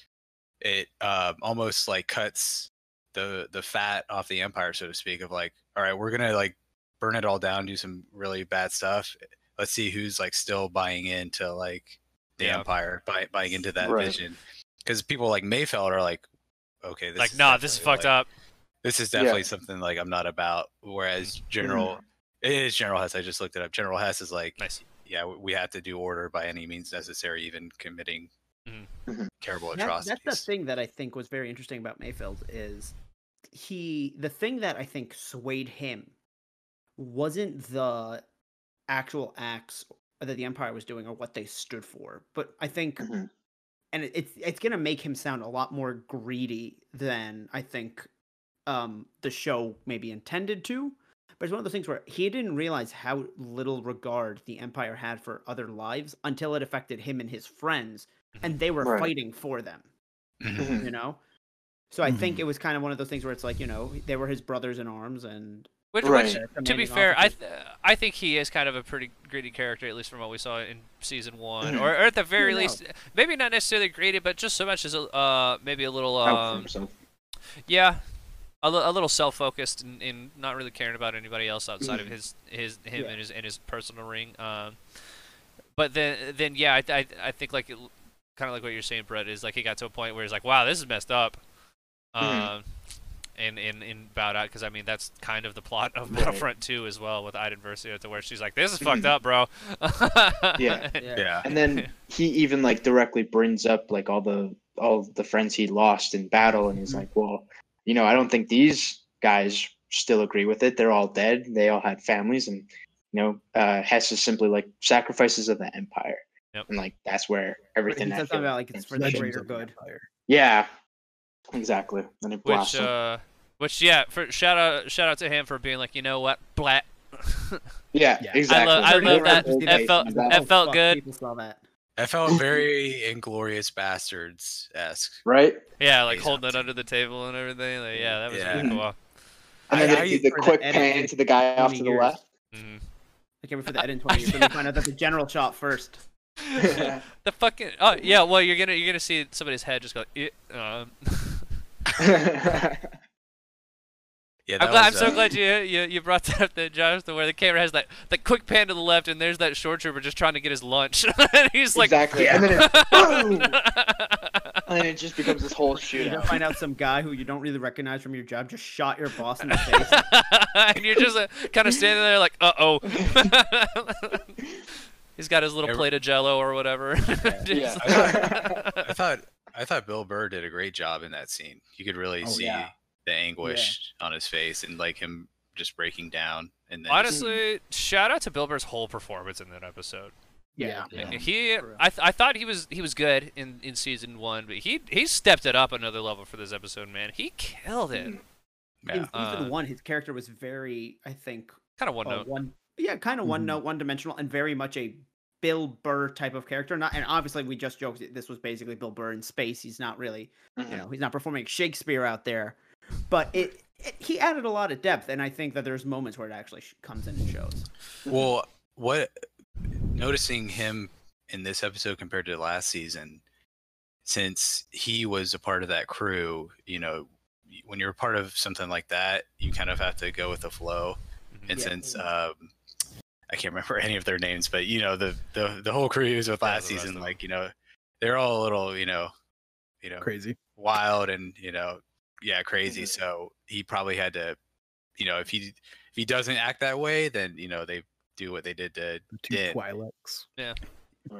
[SPEAKER 5] it uh, almost like cuts the the fat off the empire, so to speak, of like, all right, we're gonna like burn it all down, do some really bad stuff. Let's see who's like still buying into like the
[SPEAKER 1] Yeah.
[SPEAKER 5] empire, buy, buying into that
[SPEAKER 2] Right.
[SPEAKER 5] vision, because people like Mayfeld are like, okay, this
[SPEAKER 1] like, nah, this is
[SPEAKER 5] definitely,
[SPEAKER 1] fucked
[SPEAKER 5] like,
[SPEAKER 1] up.
[SPEAKER 5] this is
[SPEAKER 2] Yeah.
[SPEAKER 5] definitely something like I'm not about. Whereas
[SPEAKER 3] Mm.
[SPEAKER 5] General, it is General Hess. I just looked it up. General Hess is like,
[SPEAKER 1] Nice.
[SPEAKER 5] yeah, we- we have to do order by any means necessary, even committing
[SPEAKER 1] Mhm.
[SPEAKER 3] Mm-hmm.
[SPEAKER 2] Mhm.
[SPEAKER 5] terrible
[SPEAKER 4] That-
[SPEAKER 5] atrocities.
[SPEAKER 4] that's the thing that I think was very interesting about Mayfield is he the thing that I think swayed him wasn't the actual acts that the Empire was doing or what they stood for, but I think
[SPEAKER 2] Mhm.
[SPEAKER 4] and it- it's it's gonna make him sound a lot more greedy than I think um the show maybe intended to. But it's one of those things where he didn't realize how little regard the Empire had for other lives until it affected him and his friends, and they were
[SPEAKER 2] Right.
[SPEAKER 4] fighting for them,
[SPEAKER 5] Mhm.
[SPEAKER 3] Mm-hmm.
[SPEAKER 2] Mhm.
[SPEAKER 4] you know? So I
[SPEAKER 1] Mm-hmm.
[SPEAKER 4] think it was kind of one of those things where it's like, you know, they were his brothers in arms and
[SPEAKER 1] Which,
[SPEAKER 2] Right.
[SPEAKER 1] which
[SPEAKER 4] they're
[SPEAKER 1] to be
[SPEAKER 4] commanding
[SPEAKER 1] fair, I
[SPEAKER 4] officers.
[SPEAKER 1] th- I think he is kind of a pretty greedy character, at least from what we saw in season one,
[SPEAKER 2] Mhm.
[SPEAKER 1] or, or at the very
[SPEAKER 4] no.
[SPEAKER 1] least, maybe not necessarily greedy, but just so much as a, uh maybe a little
[SPEAKER 2] Out for
[SPEAKER 1] um
[SPEAKER 2] himself.
[SPEAKER 1] yeah, a, li- a little self focused and, and not really caring about anybody else outside of
[SPEAKER 2] Mhm.
[SPEAKER 1] his his him
[SPEAKER 4] Yeah.
[SPEAKER 1] and his and his personal ring. Um, but then then yeah, I th- I, I think like kind of like what you're saying, Brett, is like he got to a point where he's like, "Wow, this is messed up," um,
[SPEAKER 2] Mhm.
[SPEAKER 1] and in in bowed out because I mean that's kind of the plot of
[SPEAKER 2] Right.
[SPEAKER 1] Battlefront 2 as well with Iden Versio, to where she's like, "This is fucked up, bro."
[SPEAKER 2] Yeah.
[SPEAKER 1] Eh,
[SPEAKER 4] Yeah.
[SPEAKER 5] Yeah.
[SPEAKER 2] and then he even like directly brings up like all the all the friends he lost in battle and he's like well you know i don't think these guys still agree with it they're all dead they all had families and you know uh hess is simply like sacrifices of the empire
[SPEAKER 1] Yep.
[SPEAKER 2] and like that's where
[SPEAKER 4] He said
[SPEAKER 2] everything
[SPEAKER 4] something
[SPEAKER 2] actually-
[SPEAKER 4] about like it's for the
[SPEAKER 3] Legends
[SPEAKER 4] greater
[SPEAKER 3] of the
[SPEAKER 4] good.
[SPEAKER 3] Empire.
[SPEAKER 2] yeah exactly and it
[SPEAKER 1] which
[SPEAKER 2] blasts him.
[SPEAKER 1] uh, which yeah, for shout out shout out to him for being like, you know what, blat.
[SPEAKER 2] yeah,
[SPEAKER 3] yeah. I
[SPEAKER 2] exactly
[SPEAKER 1] I
[SPEAKER 4] Pretty
[SPEAKER 1] love
[SPEAKER 4] much
[SPEAKER 1] that.
[SPEAKER 4] just
[SPEAKER 2] Old
[SPEAKER 4] did
[SPEAKER 1] That
[SPEAKER 2] days,
[SPEAKER 1] felt-
[SPEAKER 2] he's
[SPEAKER 1] that
[SPEAKER 2] out,
[SPEAKER 4] Oh,
[SPEAKER 1] felt
[SPEAKER 4] fuck,
[SPEAKER 1] good.
[SPEAKER 4] People saw that.
[SPEAKER 5] I felt
[SPEAKER 3] Mm-hmm.
[SPEAKER 5] very inglorious bastards esque.
[SPEAKER 2] right
[SPEAKER 1] Yeah, like
[SPEAKER 5] He's
[SPEAKER 1] holding
[SPEAKER 5] up
[SPEAKER 1] it under the table and everything. Like, yeah, that was
[SPEAKER 5] Yeah.
[SPEAKER 1] really cool.
[SPEAKER 2] and then
[SPEAKER 5] I-
[SPEAKER 2] they
[SPEAKER 5] I-
[SPEAKER 2] do the
[SPEAKER 4] for the
[SPEAKER 2] quick
[SPEAKER 4] edit,
[SPEAKER 2] pan
[SPEAKER 4] it's
[SPEAKER 2] to the guy off
[SPEAKER 4] 20
[SPEAKER 2] to the
[SPEAKER 4] years.
[SPEAKER 2] left
[SPEAKER 1] hmm
[SPEAKER 4] I can't remember the Ed in 20 years. but we find out that the general shot first.
[SPEAKER 1] the fucking oh yeah, well you're gonna you're gonna see somebody's head just go. "Eh," Um,
[SPEAKER 5] Yeah,
[SPEAKER 1] I'm,
[SPEAKER 5] that
[SPEAKER 1] glad, I'm
[SPEAKER 5] was,
[SPEAKER 1] so
[SPEAKER 5] uh,
[SPEAKER 1] glad you, you you brought that up, there, Josh, to where the camera has that that quick pan to the left, and there's that short trooper just trying to get his lunch, and he's like,
[SPEAKER 2] exactly and then it boom
[SPEAKER 1] yeah,
[SPEAKER 2] and then it just becomes this whole
[SPEAKER 4] You
[SPEAKER 2] shootout
[SPEAKER 4] find out some guy who you don't really recognize from your job just shot your boss in the face.
[SPEAKER 1] and you're just uh, kind of standing there like, uh oh. He's got his little
[SPEAKER 5] Every-
[SPEAKER 1] plate of Jello or whatever. Just-
[SPEAKER 2] Yeah.
[SPEAKER 5] I thought I thought Bill Burr did a great job in that scene. You could really
[SPEAKER 3] Oh,
[SPEAKER 5] see
[SPEAKER 3] yeah.
[SPEAKER 5] the anguish on his face and like him just breaking down. And then just-
[SPEAKER 1] Honestly, shout out to Bill Burr's whole performance in that episode.
[SPEAKER 3] Yeah.
[SPEAKER 1] Like, He,
[SPEAKER 4] for real.
[SPEAKER 1] I, th- I thought he was he was good in, in season one, but he he stepped it up another level for this episode, man. He killed it.
[SPEAKER 2] Mhm.
[SPEAKER 5] yeah.
[SPEAKER 4] In season
[SPEAKER 1] Uh,
[SPEAKER 4] one, his character was very, I think,
[SPEAKER 1] Kind of one
[SPEAKER 4] uh,
[SPEAKER 1] note.
[SPEAKER 4] one yeah, kind of one
[SPEAKER 3] Mhm.
[SPEAKER 4] note, one dimensional, and very much a Bill Burr type of character. Not, and obviously we just joked that this was basically Bill Burr in space. He's not really,
[SPEAKER 3] Mm-hmm.
[SPEAKER 4] you know, he's not performing Shakespeare out there, but it, it he added a lot of depth, and I think that there's moments where it actually sh- comes in and shows.
[SPEAKER 5] Well, what noticing him in this episode compared to last season, since he was a part of that crew, you know, when you're a part of something like that, you kind of have to go with the flow.
[SPEAKER 1] Mhm.
[SPEAKER 5] And
[SPEAKER 4] Yeah.
[SPEAKER 5] since um, I can't remember any of their names, but you know, the the, the whole crew was with
[SPEAKER 1] Yeah,
[SPEAKER 5] last
[SPEAKER 1] the rest
[SPEAKER 5] season,
[SPEAKER 1] of
[SPEAKER 5] like you know, they're all a little, you know, you know,
[SPEAKER 3] Crazy.
[SPEAKER 5] wild and you know yeah crazy
[SPEAKER 2] Mhm.
[SPEAKER 5] so he probably had to you know if he if he doesn't act that way then you know they do what they did to
[SPEAKER 3] The two
[SPEAKER 5] Did.
[SPEAKER 3] Twi'leks.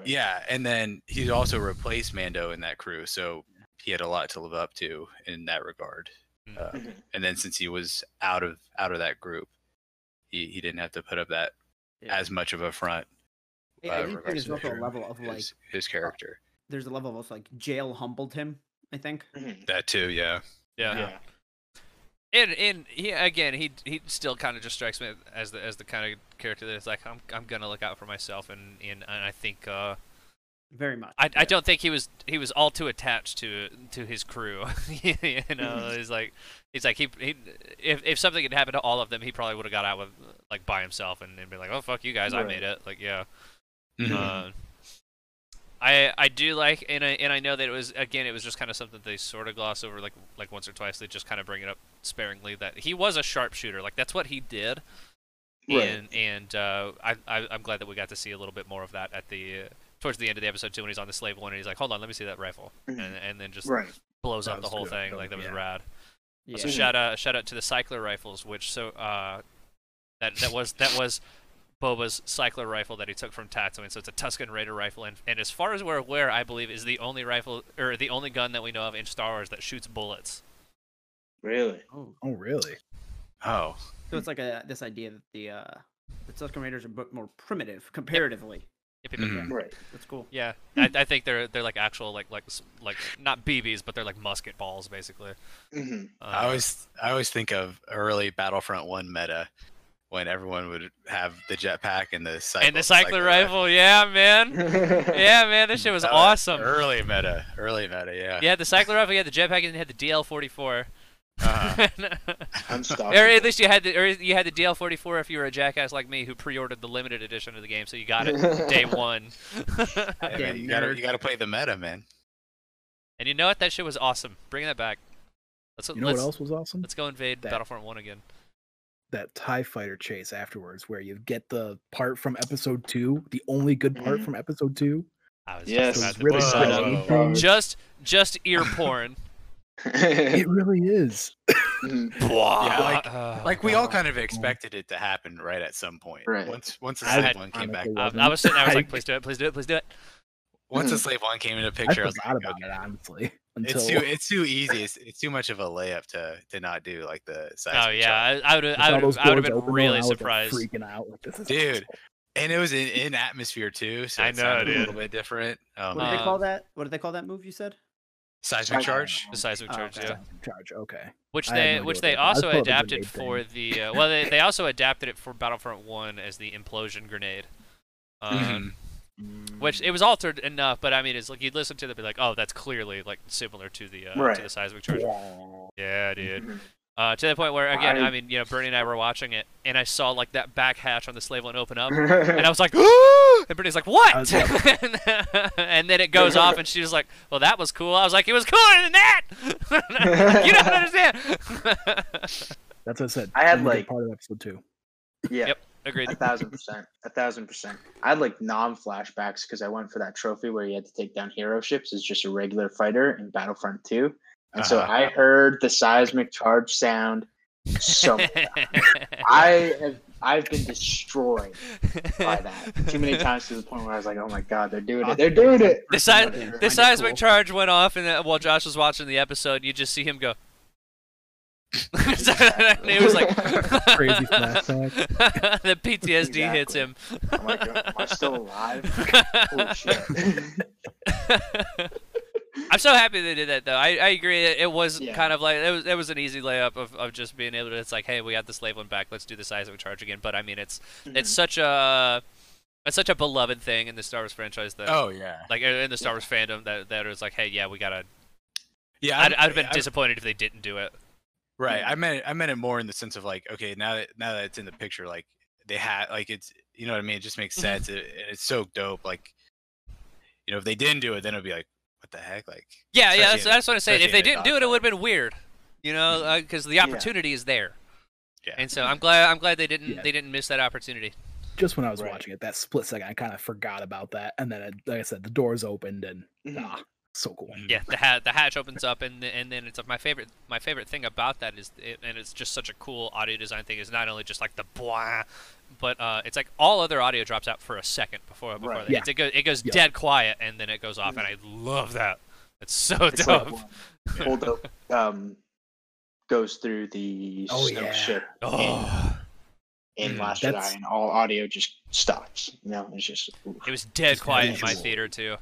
[SPEAKER 5] yeah and then he also replaced mando in that crew so he had a lot to live up to in that regard uh,
[SPEAKER 2] Mhm.
[SPEAKER 5] and then since he was out of out of that group he, he didn't have to put up that as much of a front
[SPEAKER 4] I- I
[SPEAKER 5] uh,
[SPEAKER 4] do think
[SPEAKER 5] regards
[SPEAKER 4] there's
[SPEAKER 5] to
[SPEAKER 4] also a
[SPEAKER 5] who
[SPEAKER 4] level of like
[SPEAKER 5] his, his character
[SPEAKER 4] there's a level of also, like jail humbled him. I think.
[SPEAKER 2] Mhm.
[SPEAKER 5] that too yeah
[SPEAKER 1] yeah.
[SPEAKER 2] Mm-hmm.
[SPEAKER 1] And and he again he he still kind of just strikes me as the as the kind of character that is like I'm I'm gonna look out for myself and and, and I think uh
[SPEAKER 4] Very much.
[SPEAKER 1] I, I don't think he was he was all too attached to to his crew you know he's like he's like he, he if if something had happened to all of them he probably would have got out with like by himself and, and been like oh fuck you guys I
[SPEAKER 2] Right.
[SPEAKER 1] made it like yeah
[SPEAKER 5] Mhm.
[SPEAKER 1] uh, I I do like and I and I know that it was again it was just kind of something they sort of gloss over like like once or twice they just kind of bring it up sparingly that he was a sharpshooter like that's what he did
[SPEAKER 2] Right.
[SPEAKER 1] and and uh, I, I I'm glad that we got to see a little bit more of that at the uh, towards the end of the episode too when he's on the slave one and he's like hold on let me see that rifle
[SPEAKER 2] Mhm.
[SPEAKER 1] and and then just
[SPEAKER 2] right
[SPEAKER 1] blows
[SPEAKER 5] Hmm. That
[SPEAKER 1] up the
[SPEAKER 5] was
[SPEAKER 1] whole
[SPEAKER 5] good.
[SPEAKER 1] thing
[SPEAKER 5] That
[SPEAKER 1] like that
[SPEAKER 5] was-
[SPEAKER 1] was
[SPEAKER 5] yeah.
[SPEAKER 1] rad
[SPEAKER 4] Yeah.
[SPEAKER 1] so shout out shout out to the cycler rifles, which so uh that that was that was Boba's cycler rifle that he took from Tatooine. So it's a Tusken Raider rifle, and, and as far as we're aware, I believe is the only rifle or the only gun that we know of in Star Wars that shoots bullets.
[SPEAKER 2] really
[SPEAKER 4] Oh.
[SPEAKER 3] Oh, really?
[SPEAKER 5] oh
[SPEAKER 4] So it's like a this idea that the uh the Tusken Raiders are bit more primitive comparatively.
[SPEAKER 1] Yep, yep, yep,
[SPEAKER 5] Mhm.
[SPEAKER 2] right
[SPEAKER 4] That's cool.
[SPEAKER 1] Yeah, I, I think they're they're like actual like like s- like not BBs, but they're like musket balls basically.
[SPEAKER 2] hmm
[SPEAKER 1] Uh,
[SPEAKER 5] I always I always think of early Battlefront One meta when everyone would have the jetpack and the cycle, "Oh,
[SPEAKER 1] and the cycler rifle, yeah, man, yeah, man, this shit was
[SPEAKER 5] That
[SPEAKER 1] awesome.
[SPEAKER 5] Oh, Early meta, early meta, yeah.
[SPEAKER 1] Yeah, the cycler rifle, yeah, the jetpack, and you had the DL44.
[SPEAKER 5] Uh-huh.
[SPEAKER 2] Unstoppable.
[SPEAKER 1] Or at least you had the or you had the DL44 if you were a jackass like me who pre-ordered the limited edition of the game, so you got it day one.
[SPEAKER 5] Hey, man,
[SPEAKER 4] Damn
[SPEAKER 5] you gotta
[SPEAKER 4] nerd.
[SPEAKER 5] you gotta play the meta, man.
[SPEAKER 1] and you know what? That shit was awesome. Bring that back. Let's
[SPEAKER 3] You know
[SPEAKER 1] let's,
[SPEAKER 3] what else was awesome?
[SPEAKER 1] let's go invade
[SPEAKER 3] That.
[SPEAKER 1] Battlefront One again.
[SPEAKER 3] That TIE fighter chase afterwards, where you get the part from episode two, the only good part
[SPEAKER 2] Mhm.
[SPEAKER 3] from episode two.
[SPEAKER 1] I was just,
[SPEAKER 2] Yes.
[SPEAKER 1] about
[SPEAKER 2] It
[SPEAKER 1] to
[SPEAKER 3] really
[SPEAKER 1] bring
[SPEAKER 5] good.
[SPEAKER 1] that
[SPEAKER 5] Whoa.
[SPEAKER 1] up.
[SPEAKER 3] good.
[SPEAKER 2] Whoa.
[SPEAKER 1] just just ear porn.
[SPEAKER 3] It really is.
[SPEAKER 2] Mhm.
[SPEAKER 1] Blah.
[SPEAKER 5] like-
[SPEAKER 1] Uh,
[SPEAKER 5] Like we all
[SPEAKER 1] God.
[SPEAKER 5] kind
[SPEAKER 3] Mm-hmm.
[SPEAKER 5] of expected it to happen right at some point.
[SPEAKER 2] Right.
[SPEAKER 5] Once once a
[SPEAKER 1] I-
[SPEAKER 5] slave one came back,
[SPEAKER 3] Honestly,
[SPEAKER 1] I, I was sitting there. I was like, please do it, please do it, please do it.
[SPEAKER 5] once a slave one came into the
[SPEAKER 3] I
[SPEAKER 5] picture, I,
[SPEAKER 3] forgot
[SPEAKER 5] was like,
[SPEAKER 3] about it
[SPEAKER 5] okay.
[SPEAKER 3] honestly
[SPEAKER 5] It's
[SPEAKER 3] until
[SPEAKER 5] too it's too easy. It's, it's too much of a layup to to not do like the size.
[SPEAKER 1] Oh yeah, I would
[SPEAKER 3] with all
[SPEAKER 1] I would
[SPEAKER 3] those
[SPEAKER 1] I would
[SPEAKER 3] doors
[SPEAKER 1] have
[SPEAKER 3] open,
[SPEAKER 1] been
[SPEAKER 3] though,
[SPEAKER 1] really
[SPEAKER 3] I was, like,
[SPEAKER 1] surprised.
[SPEAKER 3] freaking out. Like, this is
[SPEAKER 5] Dude.
[SPEAKER 3] awesome.
[SPEAKER 5] and it was in, in atmosphere too, so
[SPEAKER 1] I
[SPEAKER 5] it
[SPEAKER 1] know,
[SPEAKER 5] sounded a
[SPEAKER 1] dude.
[SPEAKER 5] little bit different. Um,
[SPEAKER 4] What did
[SPEAKER 1] Uh,
[SPEAKER 4] they call that? What did they call that move? You said
[SPEAKER 5] seismic charge.
[SPEAKER 2] Mm-hmm.
[SPEAKER 1] The seismic
[SPEAKER 4] Oh,
[SPEAKER 1] charge,
[SPEAKER 4] okay.
[SPEAKER 1] yeah.
[SPEAKER 3] Charge. Okay.
[SPEAKER 1] Which
[SPEAKER 3] I had no
[SPEAKER 1] they
[SPEAKER 3] idea
[SPEAKER 1] which
[SPEAKER 3] what
[SPEAKER 1] they
[SPEAKER 3] that was. I
[SPEAKER 1] also
[SPEAKER 3] thought it was a
[SPEAKER 1] adapted
[SPEAKER 3] grenade
[SPEAKER 1] for
[SPEAKER 3] thing.
[SPEAKER 1] the uh, well they, they also adapted it for Battlefront One as the implosion grenade. Um,
[SPEAKER 5] Mhm.
[SPEAKER 1] Which it was altered enough, but I mean, it's like you'd listen to it, and be like, "Oh, that's clearly like similar to the uh, to
[SPEAKER 2] Right.
[SPEAKER 1] the seismic charge."
[SPEAKER 3] Yeah.
[SPEAKER 1] Yeah, dude.
[SPEAKER 2] Mhm.
[SPEAKER 1] Uh, to the point where, again, I,
[SPEAKER 2] I-
[SPEAKER 1] mean, you know, Bernie and I were watching it, and I saw like that back hatch on the slave one open
[SPEAKER 2] Mm-hmm.
[SPEAKER 1] up, and I was like, "Ooh!" and Bernie's like,
[SPEAKER 3] I
[SPEAKER 1] "What?"
[SPEAKER 3] was
[SPEAKER 1] and then it goes off, and she was like, "Well, that was cool." I was like, "It was cooler than that." you don't understand.
[SPEAKER 3] That's what I said.
[SPEAKER 2] I had,
[SPEAKER 3] Really good
[SPEAKER 2] like-
[SPEAKER 3] part of episode two.
[SPEAKER 2] yeah.
[SPEAKER 1] Yep. Agreed.
[SPEAKER 2] A thousand percent. A thousand percent. I had like non flashbacks because I went for that trophy where you had to take down hero ships as just a regular fighter in Battlefront 2. And so
[SPEAKER 5] Uh-huh.
[SPEAKER 2] I heard the seismic charge sound so much. I have I've been destroyed by that too many times to the point where I was like, oh my god, they're doing it. They're doing it.
[SPEAKER 1] The, si-
[SPEAKER 2] Somebody
[SPEAKER 1] the
[SPEAKER 2] find it
[SPEAKER 1] seismic
[SPEAKER 2] cool.
[SPEAKER 1] charge went off, and uh, while Josh was watching the episode, you just see him go. and it was like
[SPEAKER 3] Crazy flashback.
[SPEAKER 1] the PTSD hits
[SPEAKER 2] Exactly.
[SPEAKER 1] him.
[SPEAKER 2] I'm like, am I still alive? Holy shit.
[SPEAKER 1] I'm so happy they did that though. I, I agree. It, it was
[SPEAKER 2] Yeah.
[SPEAKER 1] kind of like it was it was an easy layup of, of just being able to. It's like, hey, we got the slave one back. Let's do the seismic charge again. But I mean, it's
[SPEAKER 2] Mm-hmm.
[SPEAKER 1] it's such a it's such a beloved thing in the Star Wars franchise that
[SPEAKER 5] Oh yeah,
[SPEAKER 1] like in the Star Wars fandom that that it was like, hey, yeah, we gotta.
[SPEAKER 5] yeah.
[SPEAKER 1] I'd,
[SPEAKER 5] I'm-
[SPEAKER 1] I'd have been Mm.
[SPEAKER 5] I'm-
[SPEAKER 1] disappointed if they didn't do it.
[SPEAKER 5] Right. I meant I meant it more in the sense of like, okay, now that now that it's in the picture, like they had like it's you know what I mean. It just makes
[SPEAKER 1] Mhm.
[SPEAKER 5] sense. It, it's so dope. Like, you know, if they didn't do it, then it'd be like, what the heck? Like,
[SPEAKER 1] Yeah, yeah.
[SPEAKER 5] Especially
[SPEAKER 1] That's,
[SPEAKER 5] in a-
[SPEAKER 1] that's what I'm saying. If
[SPEAKER 5] especially
[SPEAKER 1] they
[SPEAKER 5] in
[SPEAKER 1] didn't
[SPEAKER 5] a
[SPEAKER 1] do it, it
[SPEAKER 5] dogfight.
[SPEAKER 1] would have been weird. You know, because the opportunity is there.
[SPEAKER 5] yeah.
[SPEAKER 1] And so I'm glad I'm glad they didn't
[SPEAKER 3] Yeah.
[SPEAKER 1] they didn't miss that opportunity.
[SPEAKER 3] Just when I was
[SPEAKER 2] Right.
[SPEAKER 3] watching it, that split second, I kind of forgot about that, and then, it, like I said, the doors opened, and
[SPEAKER 2] Mhm.
[SPEAKER 3] ah, so cool.
[SPEAKER 5] Mhm.
[SPEAKER 1] Yeah, the hat the hatch opens up and th- and then it's like my favorite my favorite thing about that is it, and it's just such a cool audio design thing is not only just like the blah, but uh, it's like all other audio drops out for a second before before
[SPEAKER 2] Right.
[SPEAKER 1] that.
[SPEAKER 3] Yeah.
[SPEAKER 1] It's- It goes it goes
[SPEAKER 3] Yeah.
[SPEAKER 1] dead quiet and then it goes off and I love that. It's so
[SPEAKER 2] It's like
[SPEAKER 1] dope.
[SPEAKER 2] when Holdo um, goes through the
[SPEAKER 3] Oh,
[SPEAKER 2] snow
[SPEAKER 3] yeah.
[SPEAKER 2] ship
[SPEAKER 1] oh,
[SPEAKER 2] in, in
[SPEAKER 5] Mhm.
[SPEAKER 2] Last
[SPEAKER 3] That's-
[SPEAKER 2] Jedi, and all audio just stops. You know, it's just oof.
[SPEAKER 1] it was dead
[SPEAKER 3] Just
[SPEAKER 1] quiet in my
[SPEAKER 3] visual.
[SPEAKER 1] theater too.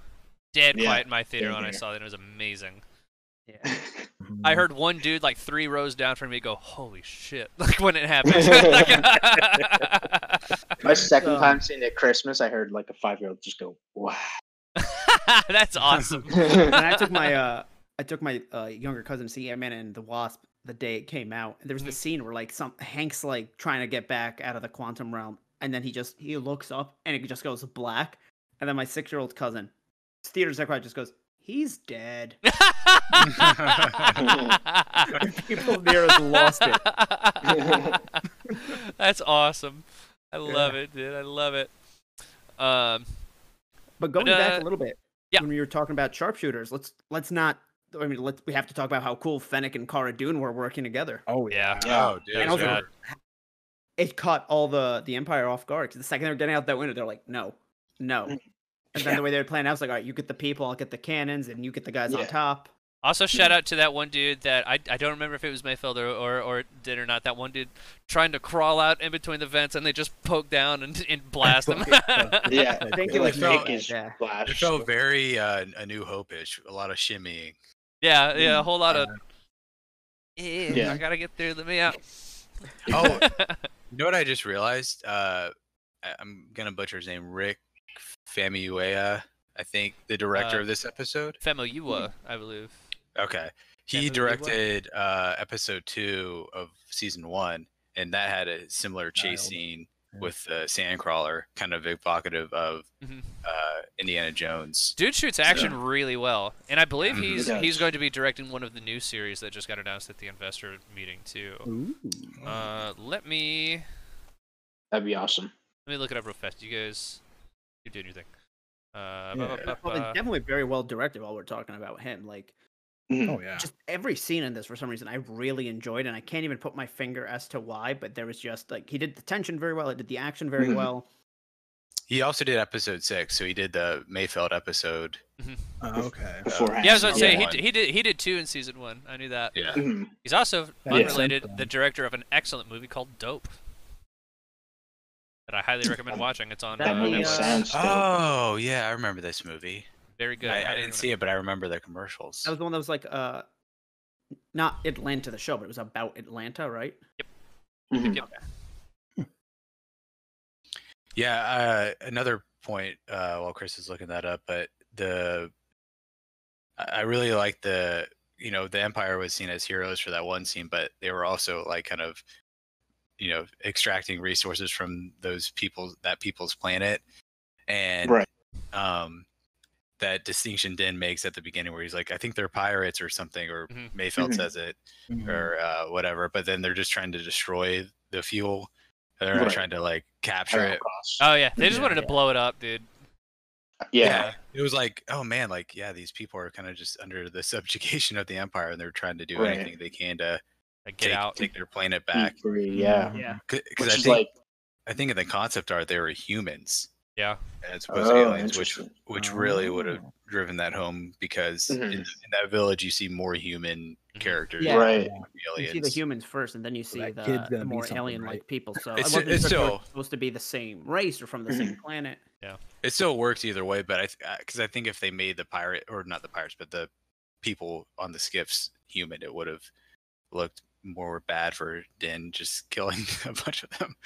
[SPEAKER 1] Dead
[SPEAKER 2] Yeah,
[SPEAKER 1] quiet in my theater
[SPEAKER 2] same
[SPEAKER 1] when I
[SPEAKER 2] here.
[SPEAKER 1] saw that it was amazing.
[SPEAKER 4] yeah.
[SPEAKER 1] I heard one dude like three rows down from me go, "Holy shit!" Like when it happened. Like-
[SPEAKER 2] my second
[SPEAKER 4] Um,
[SPEAKER 2] time seeing it at Christmas. I heard like a five year old just go, "Wow!"
[SPEAKER 1] That's awesome.
[SPEAKER 5] Oh,
[SPEAKER 4] when I took my uh, I took my uh, younger cousin to see Ant-Man and the Wasp the day it came out. And there was the
[SPEAKER 1] Mm-hmm.
[SPEAKER 4] scene where like some Hank's like trying to get back out of the quantum realm, and then he just he looks up and it just goes black. And then my six year old cousin, theaters that just goes, he's dead. People near us lost it.
[SPEAKER 1] That's awesome. I love it, dude. I love it. Um,
[SPEAKER 4] But going
[SPEAKER 1] uh,
[SPEAKER 4] back a little bit,
[SPEAKER 1] yeah.
[SPEAKER 4] when we were talking about sharpshooters, let's let's not. I mean, let's we have to talk about how cool Fennec and Cara Dune were working together.
[SPEAKER 3] Oh
[SPEAKER 1] yeah.
[SPEAKER 3] yeah.
[SPEAKER 5] Oh, dude.
[SPEAKER 1] That
[SPEAKER 4] was
[SPEAKER 5] yeah.
[SPEAKER 4] it caught all the the Empire off guard. 'cause the second they were getting out that window, they're like, no, no. And then
[SPEAKER 3] Yeah.
[SPEAKER 4] the way they were playing, I was like, all right, you get the people, I'll get the cannons, and you get the guys on
[SPEAKER 2] Yeah.
[SPEAKER 4] top.
[SPEAKER 1] Also, shout out to that one dude that I, I don't remember if it was Mayfield or, or, or did or not. That one dude trying to crawl out in between the vents and they just poke down and, and blast him.
[SPEAKER 2] yeah,
[SPEAKER 4] I think
[SPEAKER 2] it
[SPEAKER 4] it
[SPEAKER 2] like
[SPEAKER 4] was
[SPEAKER 5] felt-
[SPEAKER 2] Nick is
[SPEAKER 4] yeah.
[SPEAKER 5] It
[SPEAKER 2] flash.
[SPEAKER 5] felt very uh, a new hope-ish. A lot of shimmying.
[SPEAKER 1] Yeah, yeah, a whole lot of. Eh,
[SPEAKER 2] Yeah.
[SPEAKER 1] I gotta get through. Let me out.
[SPEAKER 5] Oh, you know what I just realized? Uh, I- I'm gonna butcher his name. Rick Famuyiwa, I think, the director
[SPEAKER 1] Uh,
[SPEAKER 5] of this episode.
[SPEAKER 1] Femo Yua, I believe.
[SPEAKER 5] Okay. He
[SPEAKER 1] movie was?
[SPEAKER 5] directed uh, episode two of season one, and that had a similar
[SPEAKER 3] Wild.
[SPEAKER 5] chase scene
[SPEAKER 3] Yeah.
[SPEAKER 5] with the sandcrawler, kind of evocative of
[SPEAKER 1] Mhm.
[SPEAKER 5] uh, Indiana Jones.
[SPEAKER 1] Dude shoots action really well, and I believe
[SPEAKER 5] Mhm. He
[SPEAKER 1] he's
[SPEAKER 2] does.
[SPEAKER 1] he's going to be directing one of the new series that just got announced at the investor meeting too.
[SPEAKER 3] Ooh.
[SPEAKER 1] Uh, let me
[SPEAKER 2] That'd be awesome.
[SPEAKER 1] let me look it up real fast. You guys keep doing your thing. Uh,
[SPEAKER 3] Yeah.
[SPEAKER 1] ba- ba-
[SPEAKER 4] Well,
[SPEAKER 1] ba-
[SPEAKER 4] it's definitely very well directed. While we're talking about him, like
[SPEAKER 2] Mm-hmm.
[SPEAKER 3] Oh yeah.
[SPEAKER 4] just every scene in this for some reason I really enjoyed, and I can't even put my finger as to why. But there was just like he did the tension very well. He did the action very
[SPEAKER 2] Mhm.
[SPEAKER 4] well.
[SPEAKER 5] He also did episode six, so he did the Mayfeld episode.
[SPEAKER 1] Mm-hmm.
[SPEAKER 3] Oh, okay.
[SPEAKER 2] beforehand.
[SPEAKER 1] yeah, I was gonna
[SPEAKER 5] Yeah.
[SPEAKER 1] say he,
[SPEAKER 5] One.
[SPEAKER 1] d- he did he did two in season one. I knew that.
[SPEAKER 5] Yeah.
[SPEAKER 2] Mhm.
[SPEAKER 1] He's also
[SPEAKER 3] That makes
[SPEAKER 1] unrelated
[SPEAKER 3] sense,
[SPEAKER 1] the
[SPEAKER 3] then.
[SPEAKER 1] director of an excellent movie called Dope. That I highly recommend watching. It's on
[SPEAKER 4] That
[SPEAKER 1] uh,
[SPEAKER 2] That movie
[SPEAKER 1] Netflix.
[SPEAKER 4] uh,
[SPEAKER 2] sounds dope.
[SPEAKER 5] Oh yeah, I remember this movie.
[SPEAKER 1] very good.
[SPEAKER 5] I, I didn't see it, but I remember the commercials.
[SPEAKER 4] That was the one that was like uh, not Atlanta the show, but it was about Atlanta, right?
[SPEAKER 2] Mhm.
[SPEAKER 1] Yep.
[SPEAKER 5] Yeah, uh, another point uh, while Chris is looking that up, but the I I really like the you know the Empire was seen as heroes for that one scene, but they were also like kind of you know extracting resources from those people that people's planet, and
[SPEAKER 2] Right.
[SPEAKER 5] um, that distinction Den makes at the beginning where he's like, I think they're pirates or something, or
[SPEAKER 1] Mhm.
[SPEAKER 5] Mayfeld
[SPEAKER 2] Mhm.
[SPEAKER 5] says it,
[SPEAKER 3] Mhm.
[SPEAKER 5] or uh, whatever. But then they're just trying to destroy the fuel. They're not
[SPEAKER 2] Right.
[SPEAKER 5] trying to like capture
[SPEAKER 2] Parallel
[SPEAKER 5] it.
[SPEAKER 2] Cross.
[SPEAKER 1] Oh yeah, they just
[SPEAKER 3] Yeah.
[SPEAKER 1] wanted to blow it up, dude.
[SPEAKER 2] yeah.
[SPEAKER 5] It was like, oh man, like yeah, these people are kind of just under the subjugation of the empire, and they're trying to do
[SPEAKER 2] Right.
[SPEAKER 5] anything they can to
[SPEAKER 1] Like, get
[SPEAKER 5] take,
[SPEAKER 1] out.
[SPEAKER 5] take their planet back. Mm-hmm.
[SPEAKER 2] E3, yeah.
[SPEAKER 4] Yeah.
[SPEAKER 5] Because
[SPEAKER 2] Which
[SPEAKER 5] I
[SPEAKER 2] is
[SPEAKER 5] think
[SPEAKER 2] like
[SPEAKER 5] I think in the concept art they were humans
[SPEAKER 1] Yeah.
[SPEAKER 5] as opposed to
[SPEAKER 2] oh,
[SPEAKER 5] aliens, which
[SPEAKER 2] interesting.
[SPEAKER 5] which really would have driven that home because in,
[SPEAKER 2] Mhm.
[SPEAKER 5] in that village you see more human
[SPEAKER 1] Mhm.
[SPEAKER 5] characters,
[SPEAKER 4] Yeah.
[SPEAKER 5] than
[SPEAKER 2] Right.
[SPEAKER 4] You
[SPEAKER 5] Aliens.
[SPEAKER 4] see the humans first, and then you see
[SPEAKER 3] Mm-hmm. that
[SPEAKER 4] the,
[SPEAKER 3] kid's
[SPEAKER 4] the
[SPEAKER 3] gonna be
[SPEAKER 4] more
[SPEAKER 3] something,
[SPEAKER 4] alien-like
[SPEAKER 3] right?
[SPEAKER 4] people. So
[SPEAKER 5] It's-
[SPEAKER 4] I wasn't sure if
[SPEAKER 5] it's
[SPEAKER 4] they were
[SPEAKER 5] still-
[SPEAKER 4] supposed to be the same race or from the same planet.
[SPEAKER 5] it still works either way, but I because I think if they made the pirate or not the pirates, but the people on the skiffs human, it would have looked more bad for Din just killing a bunch of them.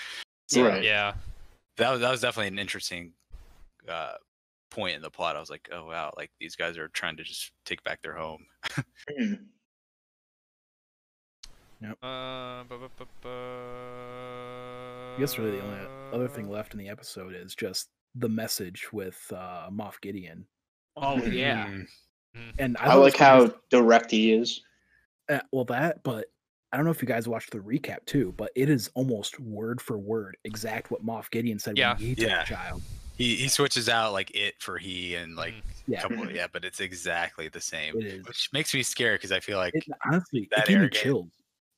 [SPEAKER 5] So
[SPEAKER 2] Right.
[SPEAKER 1] Yeah.
[SPEAKER 5] that was that was definitely an interesting uh, point in the plot. I was like, oh wow, like these guys are trying to just take back their home.
[SPEAKER 2] Mhm.
[SPEAKER 1] Uh, bu- bu- bu- bu-
[SPEAKER 3] I guess really the only other thing
[SPEAKER 1] hmm.
[SPEAKER 3] left in the episode is just the message with uh, Moff Gideon,
[SPEAKER 4] Oh yeah.
[SPEAKER 3] Hmm.
[SPEAKER 5] Mm.
[SPEAKER 3] and I,
[SPEAKER 2] I
[SPEAKER 3] thought it was
[SPEAKER 2] like how
[SPEAKER 3] kinda-
[SPEAKER 2] direct he is.
[SPEAKER 3] uh, well that, but I don't know if you guys watched the recap too, but it is almost word for word exact what Moff Gideon said
[SPEAKER 1] Yeah.
[SPEAKER 3] when he took
[SPEAKER 5] Yeah.
[SPEAKER 3] the child.
[SPEAKER 5] He he switches out like it for he and like
[SPEAKER 3] Yeah.
[SPEAKER 5] couple yeah, but it's exactly the same,
[SPEAKER 3] It is.
[SPEAKER 5] which makes me scared because I feel like
[SPEAKER 3] It, honestly,
[SPEAKER 5] that
[SPEAKER 3] it gave me
[SPEAKER 5] arrogant.
[SPEAKER 3] chills.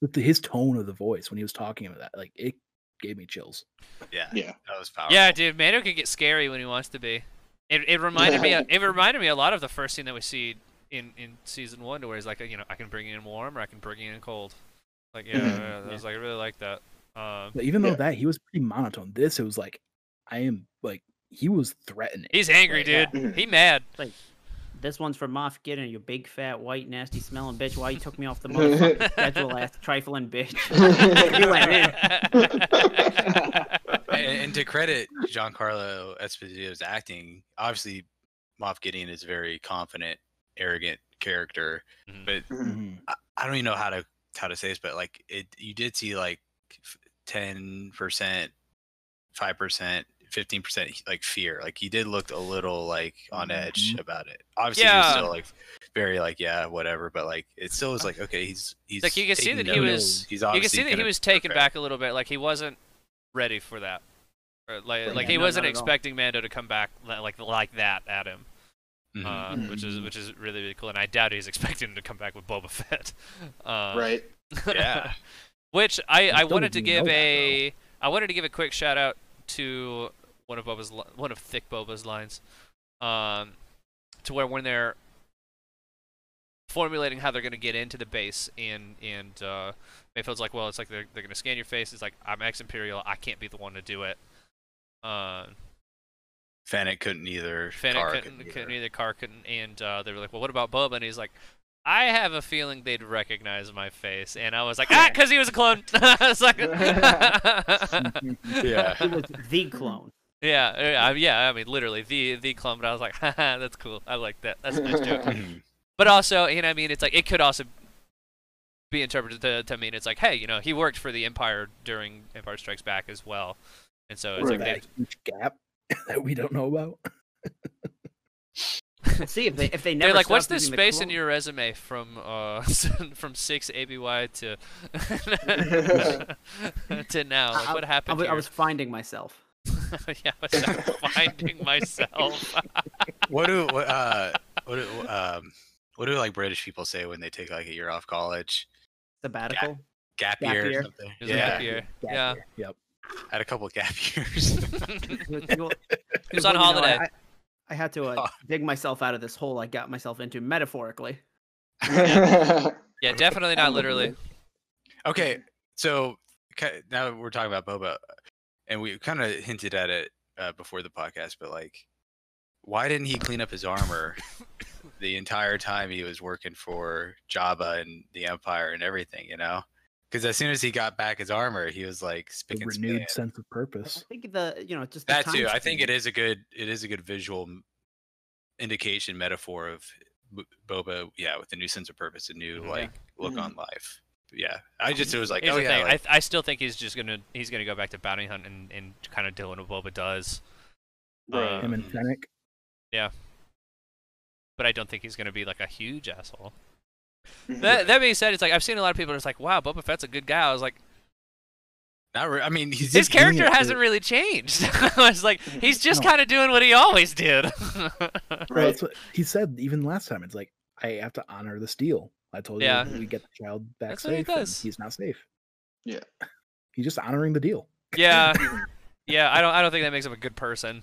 [SPEAKER 3] With the, his tone of the voice when he was talking about that, like it gave me chills.
[SPEAKER 5] yeah,
[SPEAKER 2] Yeah.
[SPEAKER 5] that was
[SPEAKER 4] Oh.
[SPEAKER 5] powerful.
[SPEAKER 1] Yeah, dude, Mando can get scary when he wants to be. It, it reminded me it reminded me a lot of the first scene that we see in, in season one, to where he's like, you know, I can bring you in warm or I can bring you in cold. Like yeah,
[SPEAKER 2] Mhm.
[SPEAKER 1] yeah, I was like, I really like that. Um,
[SPEAKER 3] But even though
[SPEAKER 2] Yeah.
[SPEAKER 3] that he was pretty monotone, this it was like I am like he was threatening.
[SPEAKER 1] he's angry,
[SPEAKER 4] Yeah.
[SPEAKER 1] dude.
[SPEAKER 2] Mhm.
[SPEAKER 1] He mad.
[SPEAKER 4] This one's for Moff Gideon, you big fat white nasty smelling bitch. Why you took me off the motherfucking schedule, ass trifling bitch? He went in.
[SPEAKER 5] and, and to credit Giancarlo Esposito's acting, obviously Moff Gideon is a very confident, arrogant character.
[SPEAKER 1] Mhm.
[SPEAKER 5] But
[SPEAKER 2] Mhm.
[SPEAKER 3] Mm-hmm.
[SPEAKER 5] I, I don't even know how to how to say this, but like it, you did see like ten percent, five percent, fifteen percent like fear. Like he did look a little like on edge about it. Obviously, he was
[SPEAKER 1] Mm-hmm. Yeah.
[SPEAKER 5] still like very like yeah whatever, but like it still was like okay he's he's
[SPEAKER 1] Like, you can see that
[SPEAKER 5] taking
[SPEAKER 1] he
[SPEAKER 5] notes.
[SPEAKER 1] was- You can
[SPEAKER 5] he's
[SPEAKER 1] see
[SPEAKER 5] obviously
[SPEAKER 1] that he
[SPEAKER 5] gonna
[SPEAKER 1] was taken
[SPEAKER 5] prepare.
[SPEAKER 1] back a little bit. Like he wasn't ready for that. Or, like
[SPEAKER 4] Right,
[SPEAKER 1] like
[SPEAKER 4] yeah,
[SPEAKER 1] he
[SPEAKER 4] no,
[SPEAKER 1] wasn't
[SPEAKER 4] not at all.
[SPEAKER 1] expecting Mando to come back li- like like that at him.
[SPEAKER 5] Mhm.
[SPEAKER 1] uh, which is
[SPEAKER 3] Mhm.
[SPEAKER 1] which is really really cool. And I doubt he's expecting him to come back with Boba Fett. Um,
[SPEAKER 2] right.
[SPEAKER 5] yeah.
[SPEAKER 1] which I, I
[SPEAKER 3] still
[SPEAKER 1] wanted to
[SPEAKER 3] didn't
[SPEAKER 1] give
[SPEAKER 3] know that,
[SPEAKER 1] a I wanted to give a quick shout out to one of Boba's li- one of Thick Boba's lines, um, to where when they're formulating how they're gonna get into the base and and uh, Mayfield's like, well, it's like they're they're gonna scan your face. It's like I'm ex Imperial. I can't be the one to do it. Um,
[SPEAKER 5] Fennec couldn't either.
[SPEAKER 1] Fennec
[SPEAKER 5] Carr
[SPEAKER 1] couldn't, couldn't,
[SPEAKER 5] either.
[SPEAKER 1] either. Carr couldn't, and uh, they were like, "Well, what about Boba?" And he's like, "I have a feeling they'd recognize my face." And I was like, "Ah, because he was a clone." I was like,
[SPEAKER 3] Mm-hmm.
[SPEAKER 5] Yeah.
[SPEAKER 4] He was the clone.
[SPEAKER 1] yeah, yeah, I, yeah. I mean, literally the the clone. But I was like, "Haha, that's cool. I like that. That's a nice joke."
[SPEAKER 5] Mhm.
[SPEAKER 1] But also, you know, I mean, it's like it could also be interpreted to, to mean it's like, hey, you know, he worked for the Empire during Empire Strikes Back as well, and so it's
[SPEAKER 3] Or
[SPEAKER 1] like
[SPEAKER 2] Right.
[SPEAKER 1] they,
[SPEAKER 3] that huge gap that we don't know about.
[SPEAKER 4] See if they if they never.
[SPEAKER 1] They're like, what's
[SPEAKER 4] stopped
[SPEAKER 1] this
[SPEAKER 4] using the
[SPEAKER 1] space in
[SPEAKER 4] clone-
[SPEAKER 1] your resume from uh from six ABY to to now? Like, what
[SPEAKER 4] I,
[SPEAKER 1] happened
[SPEAKER 4] I was
[SPEAKER 1] here?
[SPEAKER 4] finding myself.
[SPEAKER 1] yeah, what's that? finding myself.
[SPEAKER 5] What do what, uh what do um what do like British people say when they take like a year off college?
[SPEAKER 4] Sabbatical.
[SPEAKER 5] Gap,
[SPEAKER 4] Gap
[SPEAKER 5] year, or
[SPEAKER 4] year.
[SPEAKER 5] something.
[SPEAKER 1] It was a
[SPEAKER 5] yeah,
[SPEAKER 1] gap year.
[SPEAKER 4] Gap
[SPEAKER 1] Yeah.
[SPEAKER 4] year.
[SPEAKER 5] had a couple gap years.
[SPEAKER 4] Well,
[SPEAKER 1] was on
[SPEAKER 4] you know, I-
[SPEAKER 1] holiday.
[SPEAKER 4] I, I had to uh,
[SPEAKER 5] Oh.
[SPEAKER 4] dig myself out of this hole I got myself into metaphorically.
[SPEAKER 1] Yeah, definitely not literally.
[SPEAKER 5] Okay, so ki- now we're talking about Boba, and we kind of hinted at it uh, before the podcast, but like, why didn't he clean up his armor the entire time he was working for Jabba and the Empire and everything? You know, because as soon as he got back his armor, he was like
[SPEAKER 3] The
[SPEAKER 5] spick and span.
[SPEAKER 3] renewed sense of
[SPEAKER 4] I
[SPEAKER 3] purpose.
[SPEAKER 4] think the you know just the
[SPEAKER 5] That
[SPEAKER 4] time
[SPEAKER 5] too, I think
[SPEAKER 4] span.
[SPEAKER 5] it is a good it is a good visual m- indication metaphor of B- Boba. Yeah, with a new sense of purpose, a new
[SPEAKER 1] Mhm.
[SPEAKER 5] like look on life. Yeah, I just it was like,
[SPEAKER 1] Mm-hmm. Here's
[SPEAKER 5] oh
[SPEAKER 1] the
[SPEAKER 5] yeah,
[SPEAKER 1] thing.
[SPEAKER 5] like-
[SPEAKER 1] I, I still think he's just gonna he's gonna go back to bounty hunt and, and kind of doing what Boba does.
[SPEAKER 2] Right.
[SPEAKER 1] Uh,
[SPEAKER 3] Him and Fennec.
[SPEAKER 1] but I don't think he's gonna be like a huge asshole. That, that being said, it's like I've seen a lot of people just like, wow, Boba Fett's a good guy. I was like,
[SPEAKER 5] Not re- I mean, he's
[SPEAKER 1] his
[SPEAKER 3] doing
[SPEAKER 1] character
[SPEAKER 3] it for-
[SPEAKER 1] hasn't really changed. I was like, he's just
[SPEAKER 3] No.
[SPEAKER 1] kind of doing what he always did.
[SPEAKER 3] Well, that's what he said even last time. It's like I have to honor the steal. I told
[SPEAKER 1] Yeah.
[SPEAKER 3] you we get the child back
[SPEAKER 1] That's what he
[SPEAKER 3] safe. and
[SPEAKER 1] does.
[SPEAKER 3] He's not safe.
[SPEAKER 2] Yeah.
[SPEAKER 3] He's just honoring the deal.
[SPEAKER 1] yeah, yeah. I don't. I don't think that makes him a good person.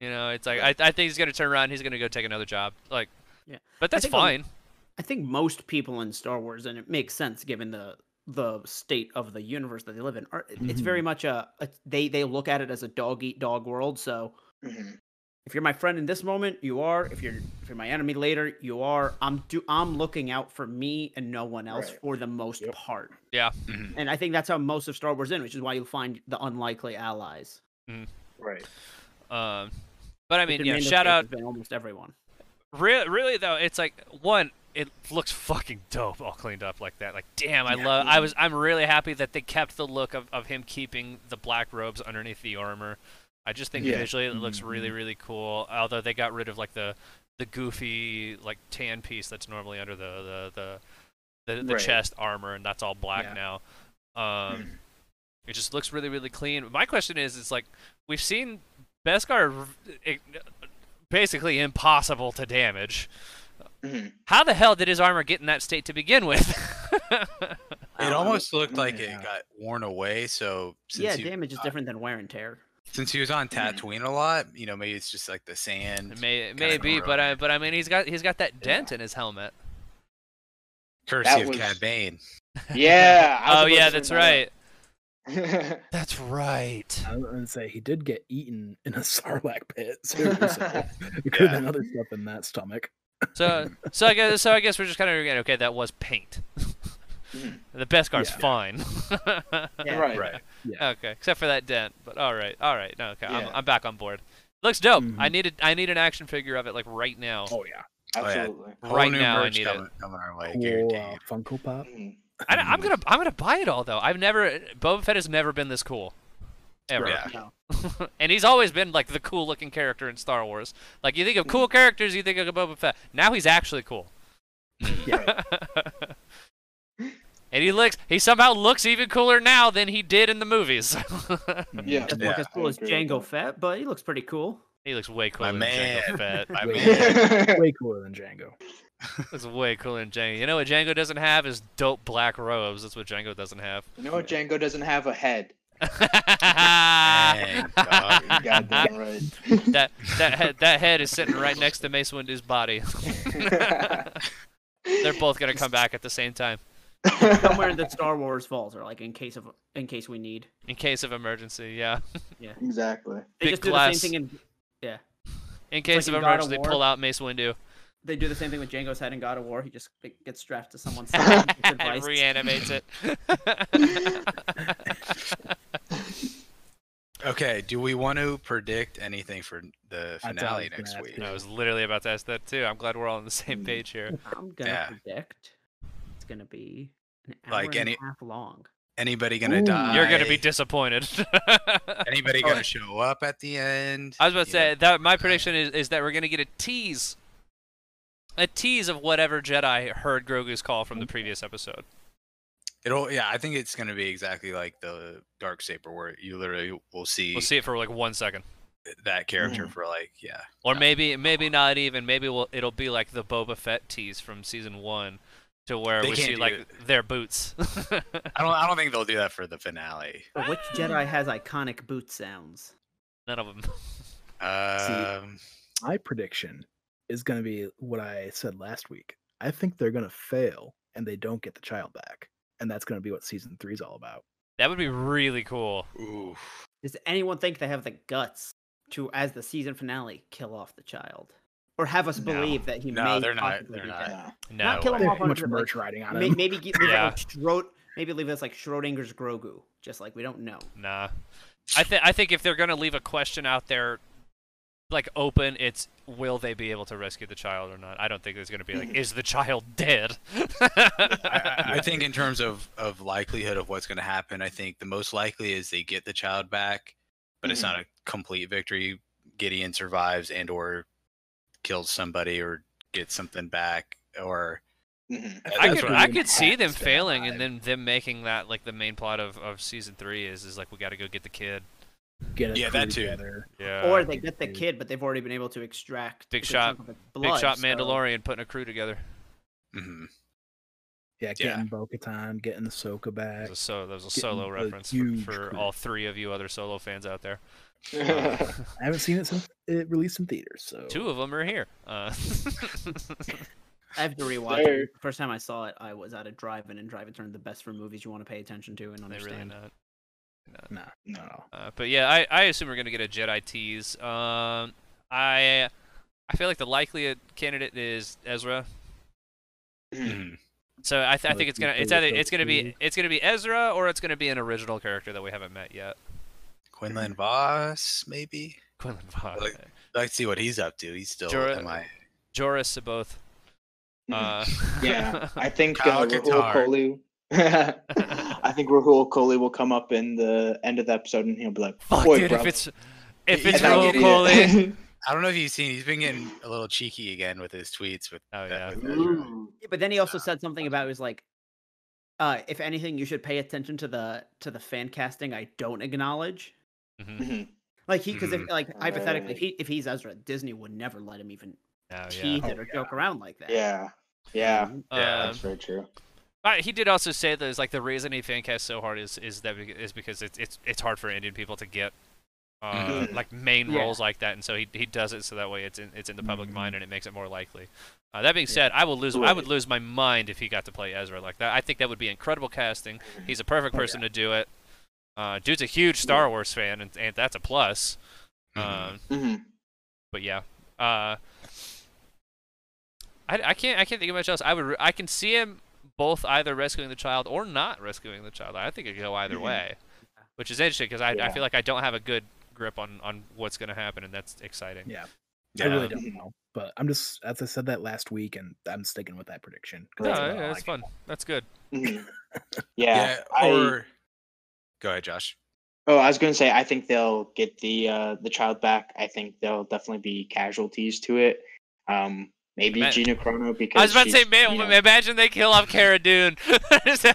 [SPEAKER 1] You know, it's like I, I think he's gonna turn around. He's gonna go take another job. Like,
[SPEAKER 4] Yeah.
[SPEAKER 1] But
[SPEAKER 4] I
[SPEAKER 1] that's
[SPEAKER 4] think a-
[SPEAKER 1] fine.
[SPEAKER 4] I think most people in Star Wars, and it makes sense given the the state of the universe that they live in. Are, It's
[SPEAKER 3] Mhm.
[SPEAKER 4] very much a, a they they look at it as a dog eat dog world. So
[SPEAKER 2] Mhm.
[SPEAKER 4] if you're my friend in this moment, you are. If you're if you're my enemy later, you are. I'm do I'm looking out for me and no one else
[SPEAKER 2] Right.
[SPEAKER 4] for the most
[SPEAKER 3] Yep.
[SPEAKER 4] part.
[SPEAKER 1] Yeah. Mm-hmm.
[SPEAKER 5] Mhm.
[SPEAKER 4] and I think that's how most of Star Wars in, which is why you'll find the unlikely allies.
[SPEAKER 2] Right.
[SPEAKER 1] Um, but I mean,
[SPEAKER 4] Which in
[SPEAKER 1] yeah. Shout
[SPEAKER 4] Mando Space
[SPEAKER 1] out.
[SPEAKER 4] has been almost everyone.
[SPEAKER 1] Really, really though, it's like one. It looks fucking dope, all cleaned up like that. Like, damn, I love. I was. I'm really happy that they kept the look of, of him keeping the black robes underneath the armor. I just think
[SPEAKER 2] Yeah.
[SPEAKER 1] visually it looks really, really cool. Although they got rid of like the the goofy like tan piece that's normally under the the the, the, the
[SPEAKER 2] Right.
[SPEAKER 1] chest armor, and that's all black
[SPEAKER 4] Yeah.
[SPEAKER 1] now. Um, it just looks really, really clean. My question is, it's like we've seen Beskar r- i- basically impossible to damage
[SPEAKER 2] Mhm.
[SPEAKER 1] how the hell did his armor get in that state to begin with?
[SPEAKER 4] Um,
[SPEAKER 5] It almost looked like
[SPEAKER 3] yeah.
[SPEAKER 5] it got worn away. So since
[SPEAKER 4] yeah,
[SPEAKER 5] he,
[SPEAKER 4] damage is different than wear and tear.
[SPEAKER 5] since he was on Tatooine a lot, you know, maybe it's just like the sand.
[SPEAKER 1] It may maybe, but I but I mean he's got he's got that dent in his helmet.
[SPEAKER 5] courtesy
[SPEAKER 2] That
[SPEAKER 5] of
[SPEAKER 2] was-
[SPEAKER 5] Cad Bane.
[SPEAKER 2] Yeah. I was
[SPEAKER 1] Oh
[SPEAKER 2] about
[SPEAKER 1] yeah,
[SPEAKER 2] to
[SPEAKER 1] that's
[SPEAKER 2] bring that
[SPEAKER 1] right.
[SPEAKER 2] up.
[SPEAKER 1] That's right.
[SPEAKER 3] I was gonna say he did get eaten in a sarlacc pit. So it was, uh, there could have been other stuff in that stomach.
[SPEAKER 1] So so I guess so I guess we're just kind of again okay that was paint.
[SPEAKER 2] Mhm.
[SPEAKER 1] the Beskar's
[SPEAKER 3] Yeah.
[SPEAKER 1] fine.
[SPEAKER 4] Yeah.
[SPEAKER 2] Right.
[SPEAKER 5] Right.
[SPEAKER 1] okay, except for that dent. But all right, all right. No, okay, I'm,
[SPEAKER 2] Yeah. Mm-hmm.
[SPEAKER 1] I'm back on board. Looks dope.
[SPEAKER 3] Mhm.
[SPEAKER 1] I need a, I need an action figure of it like right now.
[SPEAKER 3] Oh yeah,
[SPEAKER 5] yeah.
[SPEAKER 2] Absolutely.
[SPEAKER 5] Whole
[SPEAKER 1] Right
[SPEAKER 5] new
[SPEAKER 1] now I
[SPEAKER 5] merch
[SPEAKER 1] need it.
[SPEAKER 5] coming, coming our way.
[SPEAKER 3] cool
[SPEAKER 5] guaranteed.
[SPEAKER 3] uh, Funko Pop.
[SPEAKER 2] Mhm.
[SPEAKER 1] I, I'm gonna I'm gonna buy it all though. I've never Boba Fett has never been this cool, ever.
[SPEAKER 5] Yeah.
[SPEAKER 4] No.
[SPEAKER 1] and he's always been like the cool looking character in Star Wars. Like you think of
[SPEAKER 2] Mm-hmm.
[SPEAKER 1] cool characters, you think of Boba Fett. Now he's actually cool.
[SPEAKER 2] Yeah.
[SPEAKER 1] and he looks he somehow looks even cooler now than he did in the movies.
[SPEAKER 3] Mm,
[SPEAKER 2] Yeah.
[SPEAKER 4] Doesn't
[SPEAKER 5] Yeah,
[SPEAKER 4] look as cool
[SPEAKER 2] I
[SPEAKER 4] as
[SPEAKER 2] agree with
[SPEAKER 4] Django
[SPEAKER 2] that.
[SPEAKER 4] Fett, but he looks pretty cool.
[SPEAKER 1] he looks way cooler than Jango
[SPEAKER 5] man.
[SPEAKER 1] Fett.
[SPEAKER 5] I
[SPEAKER 3] Wait.
[SPEAKER 5] mean,
[SPEAKER 3] Way cooler than Django.
[SPEAKER 1] looks way cooler than Jango. You know what Jango doesn't have is dope black robes. That's what Jango doesn't have.
[SPEAKER 2] you know what? Django doesn't have a head.
[SPEAKER 5] Dang, dog.
[SPEAKER 2] You're Goddamn right.
[SPEAKER 1] that that head, that head is sitting right next to Mace Windu's body. They're both gonna come back at the same time
[SPEAKER 4] Somewhere in the Star Wars vaults, or like in case of in case we need.
[SPEAKER 1] in case of emergency. Yeah,
[SPEAKER 2] exactly.
[SPEAKER 4] They
[SPEAKER 1] Big
[SPEAKER 4] just do
[SPEAKER 1] glass.
[SPEAKER 4] the same thing in. Yeah,
[SPEAKER 1] in case
[SPEAKER 4] like
[SPEAKER 1] of
[SPEAKER 4] in God of
[SPEAKER 1] emergency,
[SPEAKER 4] War.
[SPEAKER 1] pull out Mace Windu,
[SPEAKER 4] they do the same thing with Django's head in God of War. He just like, gets strapped to someone's side. and gets
[SPEAKER 1] and
[SPEAKER 4] advice.
[SPEAKER 1] reanimates it.
[SPEAKER 5] okay. Do we want to predict anything for the
[SPEAKER 3] I was
[SPEAKER 5] finale
[SPEAKER 3] gonna
[SPEAKER 5] next
[SPEAKER 3] ask
[SPEAKER 5] week?
[SPEAKER 3] you.
[SPEAKER 1] I was literally about to ask that too. I'm glad we're all on the same
[SPEAKER 2] Mm.
[SPEAKER 1] page here.
[SPEAKER 4] I'm gonna
[SPEAKER 5] Yeah.
[SPEAKER 4] predict it's gonna be an hour
[SPEAKER 5] Like
[SPEAKER 4] and
[SPEAKER 5] any-
[SPEAKER 4] a half long.
[SPEAKER 5] Anybody gonna
[SPEAKER 3] Ooh.
[SPEAKER 5] die?
[SPEAKER 1] You're gonna be disappointed.
[SPEAKER 5] Anybody gonna show up at the end?
[SPEAKER 1] I was about to
[SPEAKER 5] You
[SPEAKER 1] say
[SPEAKER 5] know,
[SPEAKER 1] that my prediction is, is that we're gonna get a tease, a tease of whatever Jedi heard Grogu's call from the previous episode.
[SPEAKER 5] it It'll yeah, I think it's gonna be exactly like the Dark Saber where you literally will see,
[SPEAKER 1] We'll see it for like one second,
[SPEAKER 5] that character for like yeah.
[SPEAKER 1] or
[SPEAKER 5] Yeah. Uh-huh.
[SPEAKER 1] maybe maybe not even. Maybe we'll, it'll be like the Boba Fett tease from season one, to where
[SPEAKER 5] They
[SPEAKER 1] we
[SPEAKER 5] can't
[SPEAKER 1] see
[SPEAKER 5] do
[SPEAKER 1] like
[SPEAKER 5] it.
[SPEAKER 1] their boots.
[SPEAKER 5] I don't I don't think they'll do that for the finale.
[SPEAKER 4] But which Jedi has iconic boot sounds?
[SPEAKER 1] None of them.
[SPEAKER 5] Um
[SPEAKER 3] My prediction is going to be what I said last week. I think they're going to fail and they don't get the child back. And that's going to be what season three is all about.
[SPEAKER 1] That would be really cool.
[SPEAKER 5] ooh.
[SPEAKER 4] Does anyone think they have the guts to, as the season finale, kill off the child, or have us
[SPEAKER 5] No.
[SPEAKER 4] believe that he
[SPEAKER 5] No,
[SPEAKER 4] may
[SPEAKER 5] they're not-
[SPEAKER 4] possibly
[SPEAKER 5] they're
[SPEAKER 4] be
[SPEAKER 5] not.
[SPEAKER 4] dead?
[SPEAKER 2] Yeah.
[SPEAKER 1] No.
[SPEAKER 4] Not kill
[SPEAKER 5] way.
[SPEAKER 4] him
[SPEAKER 3] They
[SPEAKER 4] off
[SPEAKER 3] have too much
[SPEAKER 4] 100%,
[SPEAKER 3] merch
[SPEAKER 4] like,
[SPEAKER 3] riding on
[SPEAKER 4] May-
[SPEAKER 3] him.
[SPEAKER 4] Maybe gi- leave it
[SPEAKER 1] Yeah.
[SPEAKER 4] like Schrod- maybe leave us like Schrodinger's Grogu, just like we don't know.
[SPEAKER 1] Nah. I think I think if they're gonna leave a question out there, like open, it's will they be able to rescue the child or not? I don't think there's gonna be like, is the child dead?
[SPEAKER 5] I, I- I think in terms of, of likelihood of what's gonna happen, I think the most likely is they get the child back, but it's not a complete victory. Gideon survives and or kills somebody or gets something back or
[SPEAKER 2] Mhm.
[SPEAKER 1] I
[SPEAKER 5] that's
[SPEAKER 1] could
[SPEAKER 5] what
[SPEAKER 1] I
[SPEAKER 3] we
[SPEAKER 1] could see them
[SPEAKER 5] Stay
[SPEAKER 1] failing
[SPEAKER 5] alive.
[SPEAKER 1] and then them making that like the main plot of, of season three is is like we got to go get the kid.
[SPEAKER 3] Get a
[SPEAKER 5] Yeah,
[SPEAKER 3] crew
[SPEAKER 5] that too.
[SPEAKER 3] Together.
[SPEAKER 1] Yeah.
[SPEAKER 4] or they get the
[SPEAKER 3] dude.
[SPEAKER 4] kid, but they've already been able to extract
[SPEAKER 1] Uh, Big
[SPEAKER 4] a good
[SPEAKER 1] shot-
[SPEAKER 4] chunk of its
[SPEAKER 1] Big
[SPEAKER 4] blood,
[SPEAKER 1] shot
[SPEAKER 4] so-
[SPEAKER 1] Mandalorian putting a crew together.
[SPEAKER 5] Mhm.
[SPEAKER 3] Yeah,
[SPEAKER 5] Yeah.
[SPEAKER 3] getting Bo Katan, getting Ahsoka
[SPEAKER 1] That
[SPEAKER 3] back.
[SPEAKER 1] was a, so, that was a
[SPEAKER 3] Getting
[SPEAKER 1] solo
[SPEAKER 3] a
[SPEAKER 1] reference
[SPEAKER 3] huge
[SPEAKER 1] for, for
[SPEAKER 3] crew.
[SPEAKER 1] all three of you other solo fans out there.
[SPEAKER 2] Mm-hmm.
[SPEAKER 3] I haven't seen it since it released in theaters. So
[SPEAKER 1] Two of them are here. Uh,
[SPEAKER 4] I have to rewatch
[SPEAKER 2] Sure.
[SPEAKER 4] it. First time I saw it, I was at a drive-in, and drive-ins are the best for movies you want to pay attention to and
[SPEAKER 1] they
[SPEAKER 4] understand.
[SPEAKER 1] really not.
[SPEAKER 3] Nah, no.
[SPEAKER 1] Uh, but yeah, I, I assume we're gonna get a Jedi tease. Um, I I feel like the likely candidate is Ezra. mm-hmm.
[SPEAKER 2] Mhm.
[SPEAKER 5] Mhm.
[SPEAKER 1] So I, th- I
[SPEAKER 3] Like
[SPEAKER 1] think it's gonna
[SPEAKER 3] Ethan
[SPEAKER 1] it's either
[SPEAKER 3] Ethel
[SPEAKER 1] it's gonna be
[SPEAKER 3] Keane.
[SPEAKER 1] it's gonna be Ezra or it's gonna be an original character that we haven't met yet.
[SPEAKER 5] Quinlan Voss, maybe.
[SPEAKER 1] Quinlan Vaughn,
[SPEAKER 5] Like- I'd like to see what he's up to. He's still
[SPEAKER 1] Jor-
[SPEAKER 5] am I
[SPEAKER 1] Jorah Saboth. Uh,
[SPEAKER 2] Yeah, Mm-hmm. I think
[SPEAKER 5] Kyle
[SPEAKER 2] uh, Rahul
[SPEAKER 5] Katarn.
[SPEAKER 2] Kohli. I think Rahul Kohli will come up in the end of the episode, and he'll be like,
[SPEAKER 1] fuck
[SPEAKER 2] "Boy,
[SPEAKER 1] dude,
[SPEAKER 2] bro."
[SPEAKER 1] if it's if
[SPEAKER 5] He's
[SPEAKER 1] it's
[SPEAKER 5] not
[SPEAKER 1] Rahul
[SPEAKER 5] getting
[SPEAKER 1] Kohli.
[SPEAKER 5] I don't know if you've seen he's been getting a little cheeky again with his tweets with
[SPEAKER 1] Oh yeah.
[SPEAKER 5] that- with Ezra.
[SPEAKER 2] Ooh.
[SPEAKER 4] Yeah, But then he also said something about it was like, uh, if anything, you should pay attention to the to the fan casting. I don't acknowledge.
[SPEAKER 1] Mhm.
[SPEAKER 2] Mhm.
[SPEAKER 4] Like he, because
[SPEAKER 1] Mm-hmm.
[SPEAKER 5] Mhm.
[SPEAKER 4] if like hypothetically,
[SPEAKER 2] Right.
[SPEAKER 4] he, if he's Ezra, Disney would never let him even
[SPEAKER 1] Oh, yeah.
[SPEAKER 4] tease it
[SPEAKER 2] Oh,
[SPEAKER 4] or joke around like that.
[SPEAKER 2] Yeah, yeah,
[SPEAKER 4] Mhm.
[SPEAKER 5] Yeah.
[SPEAKER 1] Um,
[SPEAKER 2] that's very true.
[SPEAKER 1] But he did also say that it's like the reason he fancast so hard is is that be- is because it's it's it's hard for Indian people to get uh,
[SPEAKER 2] Mhm.
[SPEAKER 1] like main
[SPEAKER 4] Yeah.
[SPEAKER 1] roles like that, and so he he does it so that way it's in it's in the public
[SPEAKER 3] Mhm.
[SPEAKER 1] mind and it makes it more likely. Uh, that being said, I will lose I would
[SPEAKER 2] Right.
[SPEAKER 1] lose my mind if he got to play Ezra like that. I think that would be incredible casting. He's a perfect
[SPEAKER 3] Oh,
[SPEAKER 1] person to do it. Uh, dude's a huge Star Wars fan, and, and that's a plus.
[SPEAKER 5] Mhm.
[SPEAKER 1] Um,
[SPEAKER 2] Mhm.
[SPEAKER 1] but yeah, uh, I, I can't I can't think of much else. I would re- I can see him both either rescuing the child or not rescuing the child. I think it could go either
[SPEAKER 2] Mhm.
[SPEAKER 1] way, which is interesting because I, I
[SPEAKER 2] Yeah.
[SPEAKER 1] feel like I don't have a good grip on on what's gonna happen, and that's exciting.
[SPEAKER 3] Yeah,
[SPEAKER 5] yeah.
[SPEAKER 3] I really don't
[SPEAKER 2] Mhm.
[SPEAKER 3] know. But I'm just as I said that last week, and I'm sticking with that prediction. 'cause
[SPEAKER 1] No,
[SPEAKER 3] that's
[SPEAKER 1] yeah,
[SPEAKER 3] about all I
[SPEAKER 1] that's
[SPEAKER 3] got.
[SPEAKER 1] fun. That's good.
[SPEAKER 2] Mhm.
[SPEAKER 5] Yeah,
[SPEAKER 2] Yeah, I-
[SPEAKER 5] or go ahead, Josh.
[SPEAKER 2] Oh, I was gonna say I think they'll get the uh, the child back. I think there'll definitely be casualties to it. Um, maybe
[SPEAKER 1] Man.
[SPEAKER 2] Gina Chrono because
[SPEAKER 1] I was about to say,
[SPEAKER 2] she's,
[SPEAKER 1] man,
[SPEAKER 2] you know-
[SPEAKER 1] imagine they kill off Cara Dune.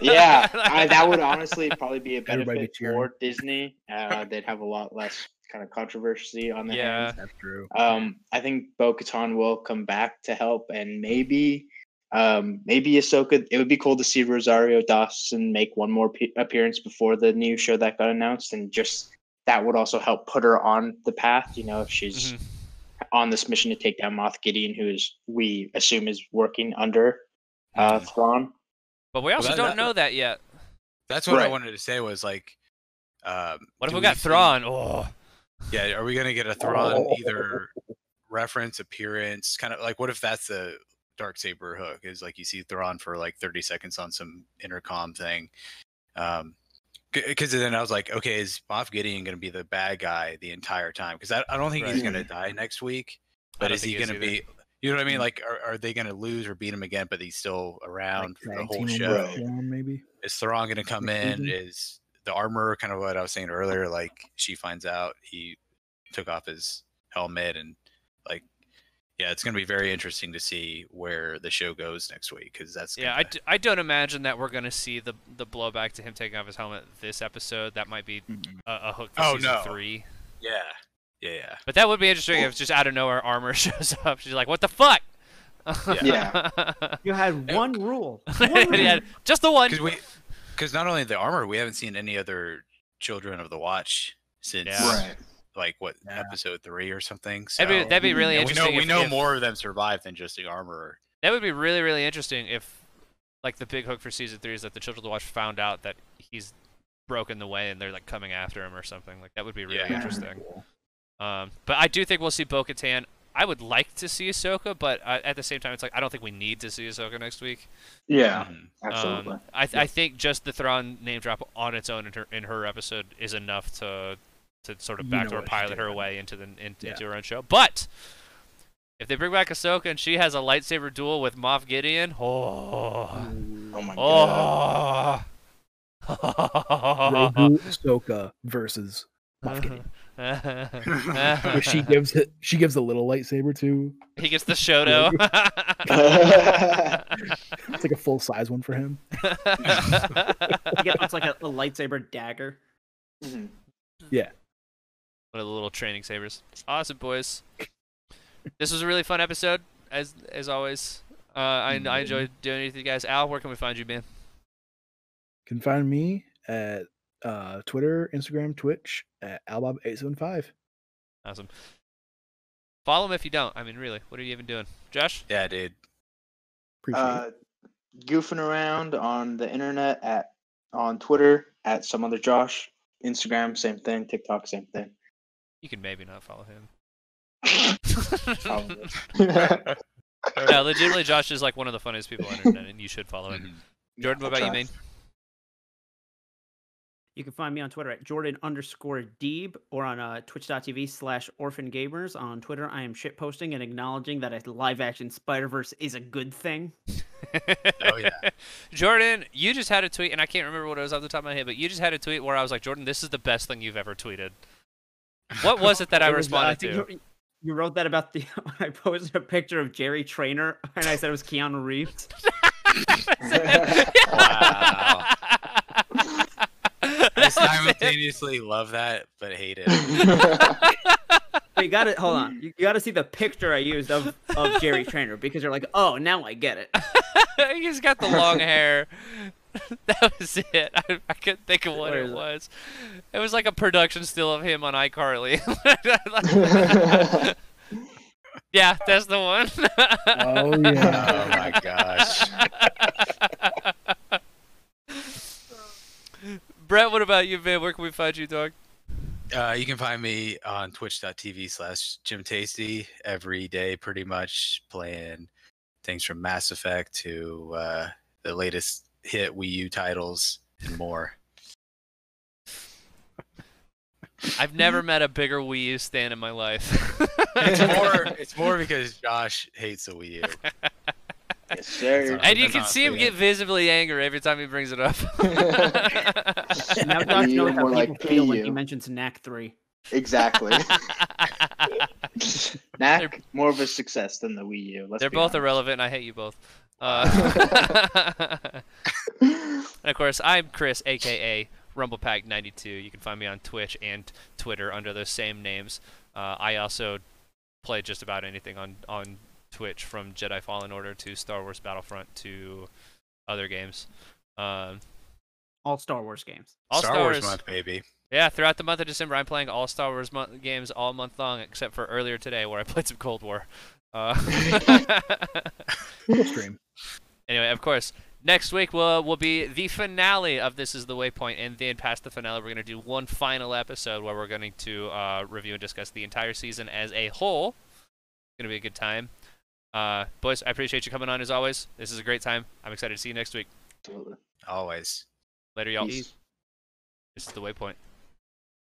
[SPEAKER 2] yeah, I, that would honestly probably be a
[SPEAKER 3] Everybody
[SPEAKER 2] benefit
[SPEAKER 3] cheering.
[SPEAKER 2] for Disney. Uh, they'd have a lot less kind of controversy on their
[SPEAKER 1] Yeah.
[SPEAKER 2] hands.
[SPEAKER 3] That's true.
[SPEAKER 2] Um, I think Bo Katan will come back to help, and maybe, um, maybe Ahsoka. It would be cool to see Rosario Dawson make one more pe- appearance before the new show that got announced, and just that would also help put her on the path. You know, if she's
[SPEAKER 1] Mhm.
[SPEAKER 2] on this mission to take down Moth Gideon, who is we assume is working under uh, Thrawn.
[SPEAKER 1] But we also
[SPEAKER 5] that-
[SPEAKER 1] don't
[SPEAKER 5] that-
[SPEAKER 1] know that yet.
[SPEAKER 5] That's what I
[SPEAKER 2] Right.
[SPEAKER 5] wanted to say was like um
[SPEAKER 1] What if
[SPEAKER 5] do
[SPEAKER 1] we got
[SPEAKER 5] think-
[SPEAKER 1] Thrawn? Oh,
[SPEAKER 5] Yeah, are we gonna get a Thrawn
[SPEAKER 3] Oh.
[SPEAKER 5] either reference, appearance, kind of like what if that's the dark saber hook is like you see Thrawn for like 30 seconds on some intercom thing. Um because then I was like, okay, is Moff Gideon going to be the bad guy the entire time? Because I, I don't think he's
[SPEAKER 2] Right.
[SPEAKER 5] going to die next week,
[SPEAKER 1] I
[SPEAKER 5] but
[SPEAKER 1] don't
[SPEAKER 5] is he
[SPEAKER 1] think
[SPEAKER 5] going to
[SPEAKER 1] either.
[SPEAKER 5] be? You know what I
[SPEAKER 3] Mm.
[SPEAKER 5] mean? Like, are, are they going to lose or beat him again? But he's still around for the
[SPEAKER 3] tag
[SPEAKER 5] whole
[SPEAKER 3] team
[SPEAKER 5] show
[SPEAKER 3] with Thrawn, maybe.
[SPEAKER 5] is Thrawn gonna come
[SPEAKER 3] Next
[SPEAKER 5] in?
[SPEAKER 3] season?
[SPEAKER 1] Mm-hmm.
[SPEAKER 5] Is the armor kind of what I was saying earlier? Like she finds out he took off his helmet and like yeah, it's going to be very interesting to see where the show goes next week because that's
[SPEAKER 1] Yeah, I,
[SPEAKER 5] gonna-
[SPEAKER 1] d- I don't imagine that we're gonna see the the blowback to him taking off his helmet this episode. That might be
[SPEAKER 3] Mhm.
[SPEAKER 1] a, a hook for
[SPEAKER 5] Oh,
[SPEAKER 1] season
[SPEAKER 5] no.
[SPEAKER 1] three.
[SPEAKER 5] yeah, yeah, yeah.
[SPEAKER 1] But that would be interesting if just out of nowhere Armor shows up. She's like, "What the fuck?"
[SPEAKER 2] Yeah.
[SPEAKER 4] You had one rule. One rule.
[SPEAKER 1] yeah, just the one.
[SPEAKER 5] because we because not only the armor we haven't seen any other children of the watch since
[SPEAKER 1] Yeah.
[SPEAKER 2] Right.
[SPEAKER 5] like what
[SPEAKER 3] Yeah.
[SPEAKER 5] episode three or something so
[SPEAKER 1] That'd be, that'd be really
[SPEAKER 5] and we know
[SPEAKER 1] interesting.
[SPEAKER 5] we
[SPEAKER 1] if-
[SPEAKER 5] know
[SPEAKER 1] if-
[SPEAKER 5] more of them survive than just the armor
[SPEAKER 1] That would be really really interesting if, like, the big hook for season three is that the Children of the Watch found out that he's broken the way and they're like coming after him or something. Like that would be really
[SPEAKER 5] Yeah.
[SPEAKER 1] interesting. Um, but I do think we'll see Bo-Katan. I would like to see Ahsoka, but uh, at the same time, it's like I don't think we need to see Ahsoka next week.
[SPEAKER 2] Yeah.
[SPEAKER 5] Mhm.
[SPEAKER 2] Absolutely.
[SPEAKER 1] Um, I, th- I think just the Thrawn name drop on its own in her, in her episode is enough to to sort of
[SPEAKER 3] You know
[SPEAKER 1] backdoor
[SPEAKER 3] what she's
[SPEAKER 1] pilot her
[SPEAKER 3] doing.
[SPEAKER 1] way into the in,
[SPEAKER 3] Yeah.
[SPEAKER 1] into her own show. But if they bring back Ahsoka and she has a lightsaber duel with Moff Gideon, oh,
[SPEAKER 3] Mm.
[SPEAKER 2] oh my god.
[SPEAKER 1] oh, Uh-huh.
[SPEAKER 3] Grogu Ahsoka versus Moff Gideon.
[SPEAKER 1] Uh-huh.
[SPEAKER 3] Where she gives it, she gives a little lightsaber too.
[SPEAKER 1] he gets the Shoto.
[SPEAKER 3] It's like a full size one for him.
[SPEAKER 4] I think it looks like a, a lightsaber dagger.
[SPEAKER 2] Mhm.
[SPEAKER 1] One of the little training sabers. Awesome, boys. This was a really fun episode, as as always. Uh, I,
[SPEAKER 2] Mm-hmm.
[SPEAKER 1] I enjoyed doing it with you guys. Al, where can we find you, man?
[SPEAKER 3] Can find me at uh, Twitter, Instagram, Twitch at albob875.
[SPEAKER 1] Awesome. Follow him if you don't. I mean, really, what are you even doing, Josh?
[SPEAKER 5] yeah dude
[SPEAKER 3] Appreciate it.
[SPEAKER 2] Uh, goofing around on the internet at on Twitter at some other Josh, Instagram same thing, TikTok same thing.
[SPEAKER 1] You can maybe not follow him.
[SPEAKER 2] Probably.
[SPEAKER 1] no, legitimately, Josh is like one of the funniest people on the internet, and you should follow him.
[SPEAKER 5] Mhm.
[SPEAKER 1] Jordan, what
[SPEAKER 2] I'll
[SPEAKER 1] about you,
[SPEAKER 2] try.
[SPEAKER 1] man?
[SPEAKER 4] You can find me on Twitter at Jordan underscore Deeb or on uh, twitch.tv slash orphan gamers. On Twitter, I am shitposting and acknowledging that a live action Spider Verse is a good thing.
[SPEAKER 5] Oh, yeah.
[SPEAKER 1] Jordan, you just had a tweet, and I can't remember what it was off the top of my head, but you just had a tweet where I was like, Jordan, this is the best thing you've ever tweeted. What was it that I
[SPEAKER 4] It was, uh,
[SPEAKER 1] responded
[SPEAKER 4] think
[SPEAKER 1] to?
[SPEAKER 4] You, you wrote that about the. I posted a picture of Jerry Trainer and I said it was Keanu Reeves.
[SPEAKER 5] Wow. I
[SPEAKER 1] That was it.
[SPEAKER 5] simultaneously love that but hate it
[SPEAKER 4] But you got to hold on. You got to see the picture I used of of Jerry Trainer because you're like, oh, now I get it.
[SPEAKER 1] He's got the long hair. that was it. I, I couldn't think of what
[SPEAKER 4] Where
[SPEAKER 1] it
[SPEAKER 4] is it?
[SPEAKER 1] was. It was like a production still of him on iCarly. yeah, that's the one.
[SPEAKER 3] oh yeah.
[SPEAKER 5] oh my gosh
[SPEAKER 1] Brett, what about you, man? Where can we find you, dog?
[SPEAKER 5] Uh, you can find me on twitch.tv slash Jim Tasty every day, pretty much playing things from Mass Effect to uh, the latest hit Wii U titles and more.
[SPEAKER 1] I've never met a bigger Wii U stand in my life.
[SPEAKER 5] It's more, it's more because Josh hates the Wii U.
[SPEAKER 2] yes, sir.
[SPEAKER 5] That's
[SPEAKER 1] and you
[SPEAKER 5] That's
[SPEAKER 1] can see him
[SPEAKER 5] honestly it.
[SPEAKER 1] get visibly angry every time he brings it up.
[SPEAKER 4] Now
[SPEAKER 2] Yeah,
[SPEAKER 4] Josh knows how
[SPEAKER 2] more like
[SPEAKER 4] people feel when he
[SPEAKER 2] PU.
[SPEAKER 4] mentions Knack Three.
[SPEAKER 2] Exactly. Knack, more of a success than the Wii U. Let's
[SPEAKER 1] They're
[SPEAKER 2] be
[SPEAKER 1] both
[SPEAKER 2] honest.
[SPEAKER 1] irrelevant. and I hate you both. Uh, and of course, I'm Chris, aka RumblePack92. You can find me on Twitch and Twitter under those same names. Uh, I also play just about anything on on Twitch, from Jedi Fallen Order to Star Wars Battlefront to other games. Um,
[SPEAKER 4] All Star Wars games.
[SPEAKER 1] all
[SPEAKER 5] Star Wars month, baby.
[SPEAKER 1] Yeah, throughout the month of December, I'm playing all Star Wars month games all month long, except for earlier today where I played some Cold War. Uh,
[SPEAKER 3] Full stream.
[SPEAKER 1] anyway, of course, next week will will be the finale of This Is the Waypoint, and then past the finale, we're going to do one final episode where we're going to uh, review and discuss the entire season as a whole. It's going to be a good time. Uh, boys, I appreciate you coming on as always. This is a great time. I'm excited to see you next week.
[SPEAKER 2] Absolutely.
[SPEAKER 5] Always.
[SPEAKER 1] Later, y'all.
[SPEAKER 2] Peace.
[SPEAKER 1] This is the Waypoint.